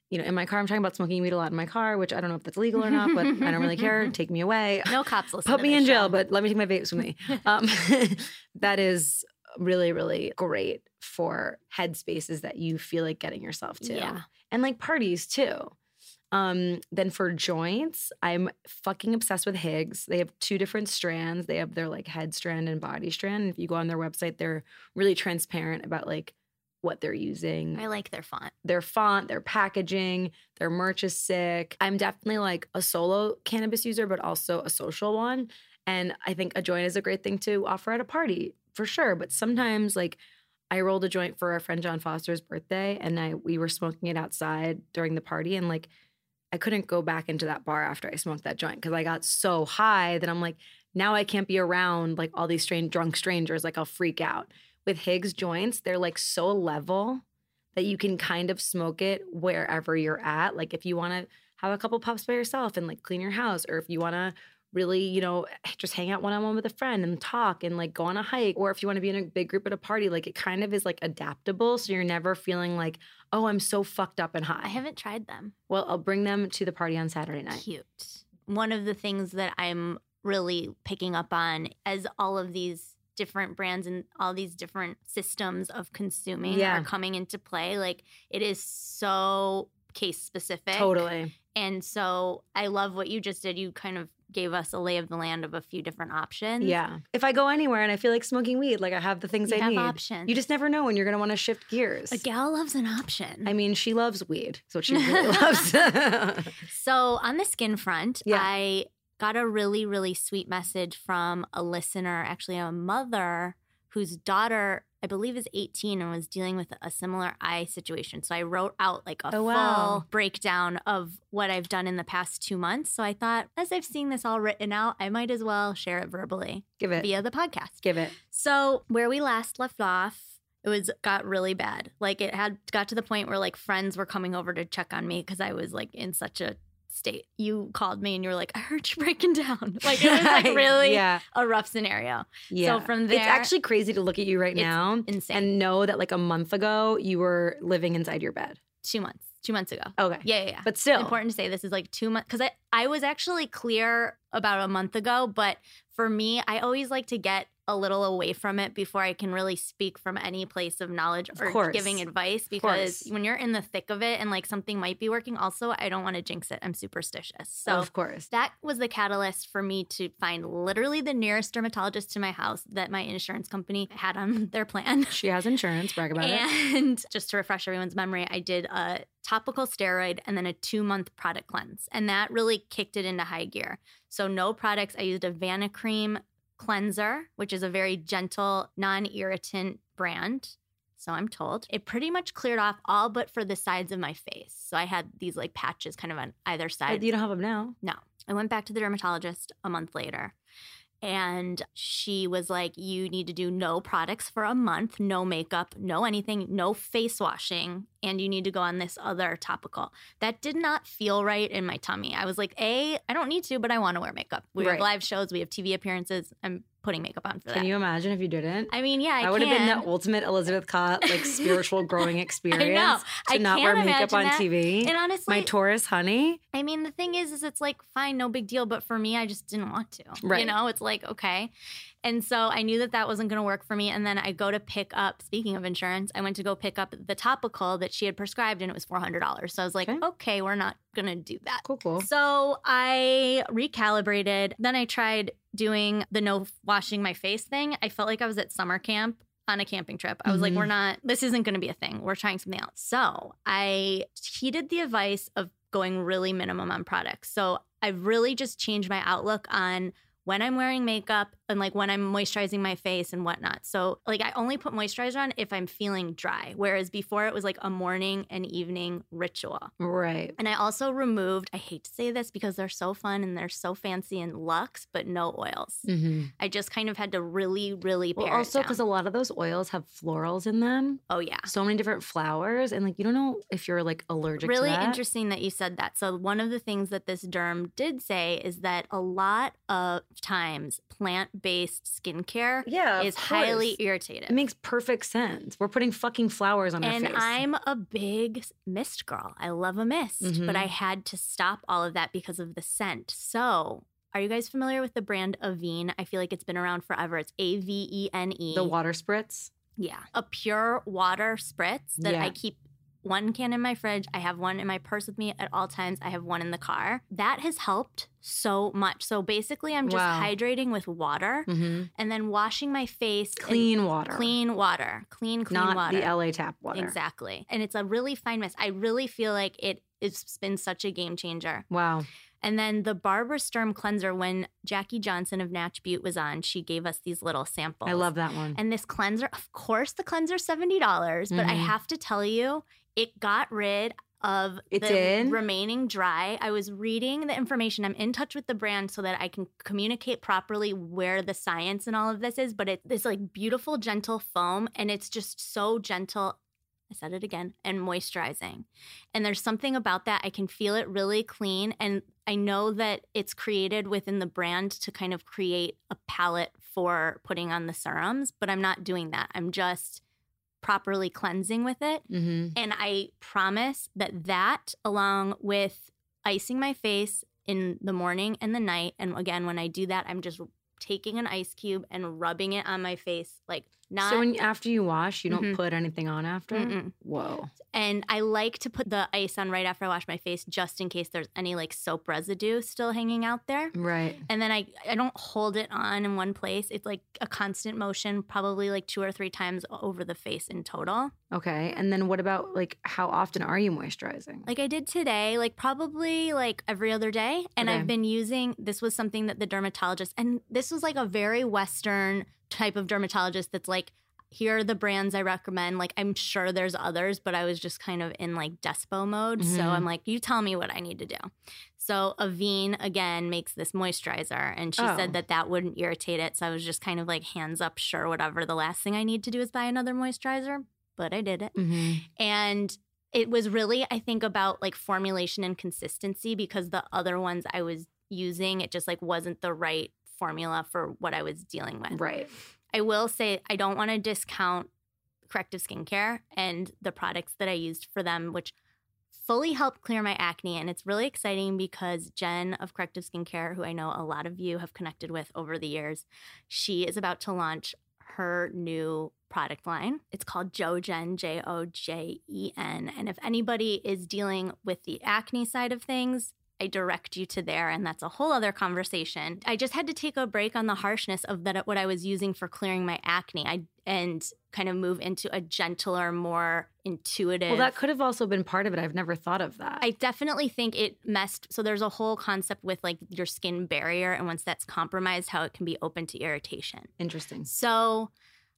S2: you know, in my car, I'm talking about smoking weed a lot in my car, which I don't know if that's legal or not, but I don't really care. Take me away.
S3: no cops listen.
S2: Put
S3: to
S2: me
S3: this
S2: in jail,
S3: show.
S2: but let me take my vapes with me. Um, that is really, really great for head spaces that you feel like getting yourself to.
S3: Yeah.
S2: And like parties too. Um, then for joints, I'm fucking obsessed with Higgs. They have two different strands. They have their like head strand and body strand. If you go on their website, they're really transparent about like what they're using
S3: I like their font.
S2: their font, their packaging, their merch is sick. I'm definitely like a solo cannabis user, but also a social one. And I think a joint is a great thing to offer at a party for sure. But sometimes, like, I rolled a joint for our friend John Foster's birthday, and I we were smoking it outside during the party, and like, I couldn't go back into that bar after I smoked that joint because I got so high that I'm like, now I can't be around like all these strange drunk strangers. Like, I'll freak out. With Higgs joints, they're like so level that you can kind of smoke it wherever you're at. Like if you want to have a couple puffs by yourself and like clean your house, or if you want to really, you know, just hang out one on one with a friend and talk and like go on a hike, or if you want to be in a big group at a party, like it kind of is like adaptable. So you're never feeling like, oh, I'm so fucked up and high.
S3: I haven't tried them.
S2: well, I'll bring them to the party on Saturday night.
S3: Cute. One of the things that I'm really picking up on as all of these different brands and all these different systems of consuming
S2: Yeah.
S3: are coming into play, like it is so case specific.
S2: Totally.
S3: And so I love what you just did. You kind of gave us a lay of the land of a few different options.
S2: Yeah. If I go anywhere and I feel like smoking weed, like I have the things
S3: You
S2: I
S3: have
S2: need.
S3: options.
S2: You just never know when you're going to want to shift gears.
S3: A gal loves an option.
S2: I mean, she loves weed. So she really loves.
S3: So on the skin front,
S2: Yeah.
S3: I got a really, really sweet message from a listener, actually a mother whose daughter I believe is 18 and was dealing with a similar eye situation. So I wrote out like a
S2: Oh,
S3: full
S2: wow.
S3: breakdown of what I've done in the past two months. So I thought, as I've seen this all written out, I might as well share it verbally
S2: Give it.
S3: via the podcast.
S2: Give it.
S3: So where we last left off, it was got really bad. Like it had got to the point where like friends were coming over to check on me because I was like in such a state. You called me and you were like, "I heard you breaking down." Like it was like really
S2: yeah,
S3: a rough scenario.
S2: yeah.
S3: from
S2: it's
S3: there-
S2: actually crazy to look at you right
S3: It's
S2: now
S3: Insane.
S2: and know that like a month ago you were living inside your bed.
S3: two months. Two months ago.
S2: Okay,
S3: Yeah, yeah, yeah.
S2: but still,
S3: It's important to say this is like two months because I, I was actually clear about a month ago, but for me, I always like to get a little away from it before I can really speak from any place of knowledge
S2: Of
S3: or
S2: course.
S3: giving advice because
S2: course.
S3: when you're in the thick of it and like something might be working, also, I don't want to jinx it. I'm superstitious. So,
S2: of course.
S3: that was the catalyst for me to find literally the nearest dermatologist to my house that my insurance company had on their plan.
S2: She has insurance. Brag about it.
S3: And just to refresh everyone's memory, I did a topical steroid and then a two month product cleanse. And that really kicked it into high gear. So, no products. I used a Vanicream cleanser, which is a very gentle, non irritant brand. So, I'm told it pretty much cleared off all but for the sides of my face. So, I had these like patches kind of on either
S2: I,
S3: side.
S2: you don't have them now.
S3: I went back to the dermatologist a month later. And she was like, You need to do no products for a month, no makeup, no anything, no face washing. And you need to go on this other topical. That did not feel right in my tummy. I was like, A, I don't need to, but I want to wear makeup. We have
S2: Right.
S3: live shows, we have TV appearances. I'm putting makeup on for that.
S2: Can you imagine if you didn't?
S3: I mean, yeah, I,
S2: that would have been
S3: can.
S2: the ultimate Elizabeth Cott like spiritual growing experience. To
S3: I
S2: not
S3: can't
S2: wear makeup
S3: imagine
S2: on
S3: that.
S2: TV.
S3: And honestly,
S2: My Taurus honey.
S3: I mean, the thing is, is it's like fine, no big deal. But for me, I just didn't want to.
S2: Right.
S3: You know, it's like okay, and so I knew that that wasn't going to work for me. And then I go to pick up. Speaking of insurance, I went to go pick up the topical that she had prescribed, and it was four hundred dollars. So I was like,
S2: Okay.
S3: okay, we're not going to do that.
S2: Cool, cool.
S3: So I recalibrated. Then I tried doing the no washing my face thing. I felt like I was at summer camp on a camping trip. I was like,
S2: Mhm.
S3: we're not, this isn't going to be a thing. We're trying something else. So I heeded the advice of going really minimum on products. So I've really just changed my outlook on when I'm wearing makeup and like when I'm moisturizing my face and whatnot. So like I only put moisturizer on if I'm feeling dry, whereas before it was like a morning and evening ritual.
S2: Right.
S3: And I also removed, I hate to say this because they're so fun and they're so fancy and luxe, but no oils.
S2: Mm-hmm.
S3: I just kind of had to really, really pare
S2: Well, also because
S3: because
S2: a lot of those oils have florals in them,
S3: oh yeah.
S2: so many different flowers, and like you don't know if you're like allergic.
S3: Really
S2: to that.
S3: interesting that you said that. So one of the things that this derm did say is that a lot of times plant-based skincare
S4: Yeah.
S3: is highly irritated.
S2: It makes perfect sense. We're putting fucking flowers on
S3: and
S2: our face.
S3: I'm a big mist girl. I love a mist,
S2: Mhm.
S3: but I had to stop all of that because of the scent. So, are you guys familiar with the brand Avene? I feel like it's been around forever. It's A V E N E.
S2: the water spritz.
S3: Yeah. A pure water spritz that
S2: Yeah.
S3: I keep one can in my fridge. I have one in my purse with me at all times. I have one in the car. That has helped so much. So basically, I'm just
S2: Wow.
S3: hydrating with water
S2: Mm-hmm.
S3: and then washing my face. in
S2: Clean water.
S3: Clean water. Clean, clean
S2: not
S3: water.
S2: the LA tap water.
S3: Exactly. And it's a really fine mist. I really feel like it it's been such a game changer.
S2: Wow.
S3: And then the Barbara Sturm cleanser, when Jackie Johnson of Natch Butte was on, she gave us these little samples.
S2: I love that one.
S3: And this cleanser, of course, the cleanser seventy dollars, but I
S2: Mhm.
S3: have to tell you, it got rid of
S2: It
S3: the
S2: did?
S3: remaining dry. I was reading the information. I'm in touch with the brand so that I can communicate properly where the science and all of this is. But it's this like beautiful, gentle foam, and it's just so gentle. I said it again, and moisturizing. And there's something about that. I can feel it really clean. And I know that it's created within the brand to kind of create a palette for putting on the serums, but I'm not doing that. I'm just properly cleansing with it.
S2: mm-hmm.
S3: And I promise that that, along with icing my face in the morning and the night, and again, when I do that, I'm just taking an ice cube and rubbing it on my face, like not.
S2: so when after you wash, you don't
S3: Mhm.
S2: put anything on after.
S3: Mm-mm.
S2: Whoa.
S3: And I like to put the ice on right after I wash my face, just in case there's any like soap residue still hanging out there.
S2: Right.
S3: And then I, I don't hold it on in one place. It's like a constant motion, probably like two or three times over the face in total.
S2: Okay. And then what about like how often are you moisturizing?
S3: Like I did today, like probably like every other day. And
S2: Okay.
S3: I've been using this was something that the dermatologist, and this was like a very Western type of dermatologist that's like, here are the brands I recommend. Like I'm sure there's others, but I was just kind of in like despo mode. So
S2: Mhm.
S3: I'm like, you tell me what I need to do. So Avene again makes this moisturizer, and she
S2: Oh.
S3: said that that wouldn't irritate it. So I was just kind of like hands up, sure, whatever. The last thing I need to do is buy another moisturizer, but I did it.
S2: mm-hmm.
S3: And it was really, I think, about like formulation and consistency because the other ones I was using, it just like wasn't the right formula for what I was dealing with.
S2: Right.
S3: I will say I don't want to discount corrective skincare and the products that I used for them, which fully helped clear my acne. And it's really exciting because Jen of Corrective Skincare, who I know a lot of you have connected with over the years, she is about to launch her new product line. It's called Jojen, J O J E N. And if anybody is dealing with the acne side of things, I direct you to there, and that's a whole other conversation. I just had to take a break on the harshness of that what I was using for clearing my acne, I, and kind of move into a gentler, more intuitive.
S2: Well, that could have also been part of it. I've never thought of that.
S3: I definitely think it messed. So there's a whole concept with like your skin barrier, and once that's compromised, how it can be open to irritation.
S2: Interesting.
S3: So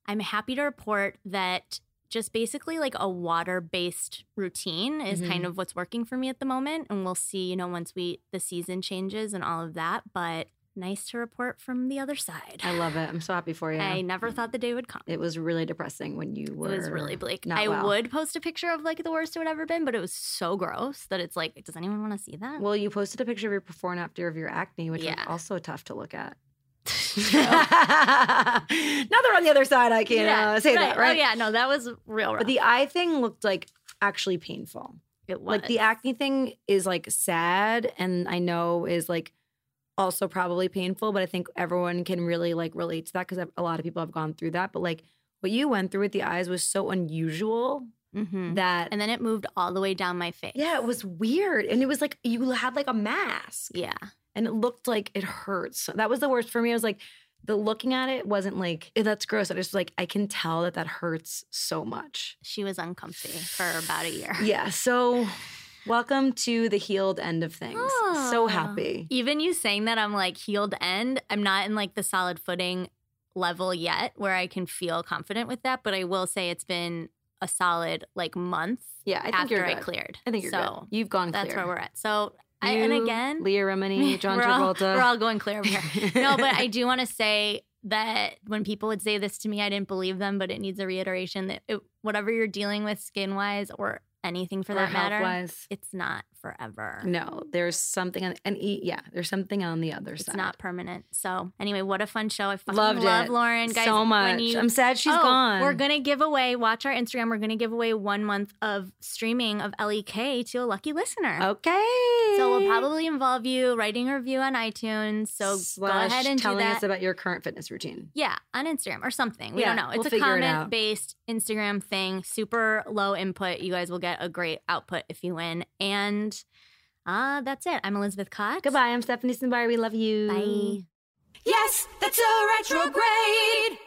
S3: I'm happy to report that just basically like a water based routine is
S2: Mhm.
S3: kind of what's working for me at the moment. And we'll see, you know, once we the season changes and all of that. But nice to report from the other side.
S2: I love it. I'm so happy for you.
S3: I never thought the day would come.
S2: it was really depressing when you were.
S3: It was really bleak.
S2: not
S3: I
S2: well.
S3: would post a picture of like the worst it would ever been, but it was so gross that it's like, does anyone want to see that?
S2: Well, you posted a picture of your before and after of your acne, which
S3: Yeah.
S2: was also tough to look at.
S3: Oh,
S2: now they're on the other side. I can't uh, say that, right?
S3: Oh yeah, no, that was real. Rough.
S2: But the eye thing looked like actually painful.
S3: it was
S2: Like the acne thing is like sad and I know is like also probably painful, but I think everyone can really like relate to that because a lot of people have gone through that. But like what you went through with the eyes was so unusual
S3: Mhm.
S2: that
S3: and then it moved all the way down my face.
S2: yeah, it was weird. And it was like you had like a mask
S3: yeah.
S2: and it looked like it hurts. So That was the worst for me. I was like, the looking at it wasn't like, "Ew, that's gross. I just like, I can tell that that hurts so much.
S3: She was uncomfy for about a year.
S2: Yeah. So, welcome to the healed end of things. So
S3: Oh.
S2: happy.
S3: Even you saying that, I'm like healed end. I'm not in like the solid footing level yet where I can feel confident with that, but I will say it's been a solid like month
S2: Yeah. I think
S3: after
S2: you're
S3: I
S2: good.
S3: cleared.
S2: I think you're
S3: so
S2: good. You've gone clear.
S3: that's where we're at. So I, and
S2: You,
S3: again,
S2: Leah Remini, John
S3: we're all-
S2: Travolta.
S3: we're all going clear over here. no, but I do want to say that when people would say this to me, I didn't believe them, but it needs a reiteration that it, whatever you're dealing with skin wise or anything for
S2: Or
S3: that matter,
S2: health-wise.
S3: it's not forever.
S2: No, there's something on and e- yeah, there's something on the other
S3: It's
S2: side.
S3: not permanent. So anyway, what a fun show! I fucking
S2: Loved
S3: love
S2: it
S3: Lauren, guys.
S2: so much.
S3: When you,
S2: I'm sad she's
S3: oh,
S2: gone.
S3: We're gonna give away. Watch our Instagram. We're gonna give away one month of streaming of Lek to a lucky listener.
S2: Okay.
S3: So we'll probably involve you writing a review on iTunes. So
S2: Slash
S3: go ahead and
S2: telling
S3: do that.
S2: us about your current fitness routine.
S3: Yeah, on Instagram or something. We
S2: Yeah,
S3: don't know.
S2: we'll
S3: It's a
S2: figure it out.
S3: comment based Instagram thing. Super low input. You guys will get a great output if you win. And uh, that's it. I'm Elizabeth Cox.
S2: Goodbye. I'm Stephanie Simbari. We love you.
S3: Bye.
S4: Yes, that's a retrograde.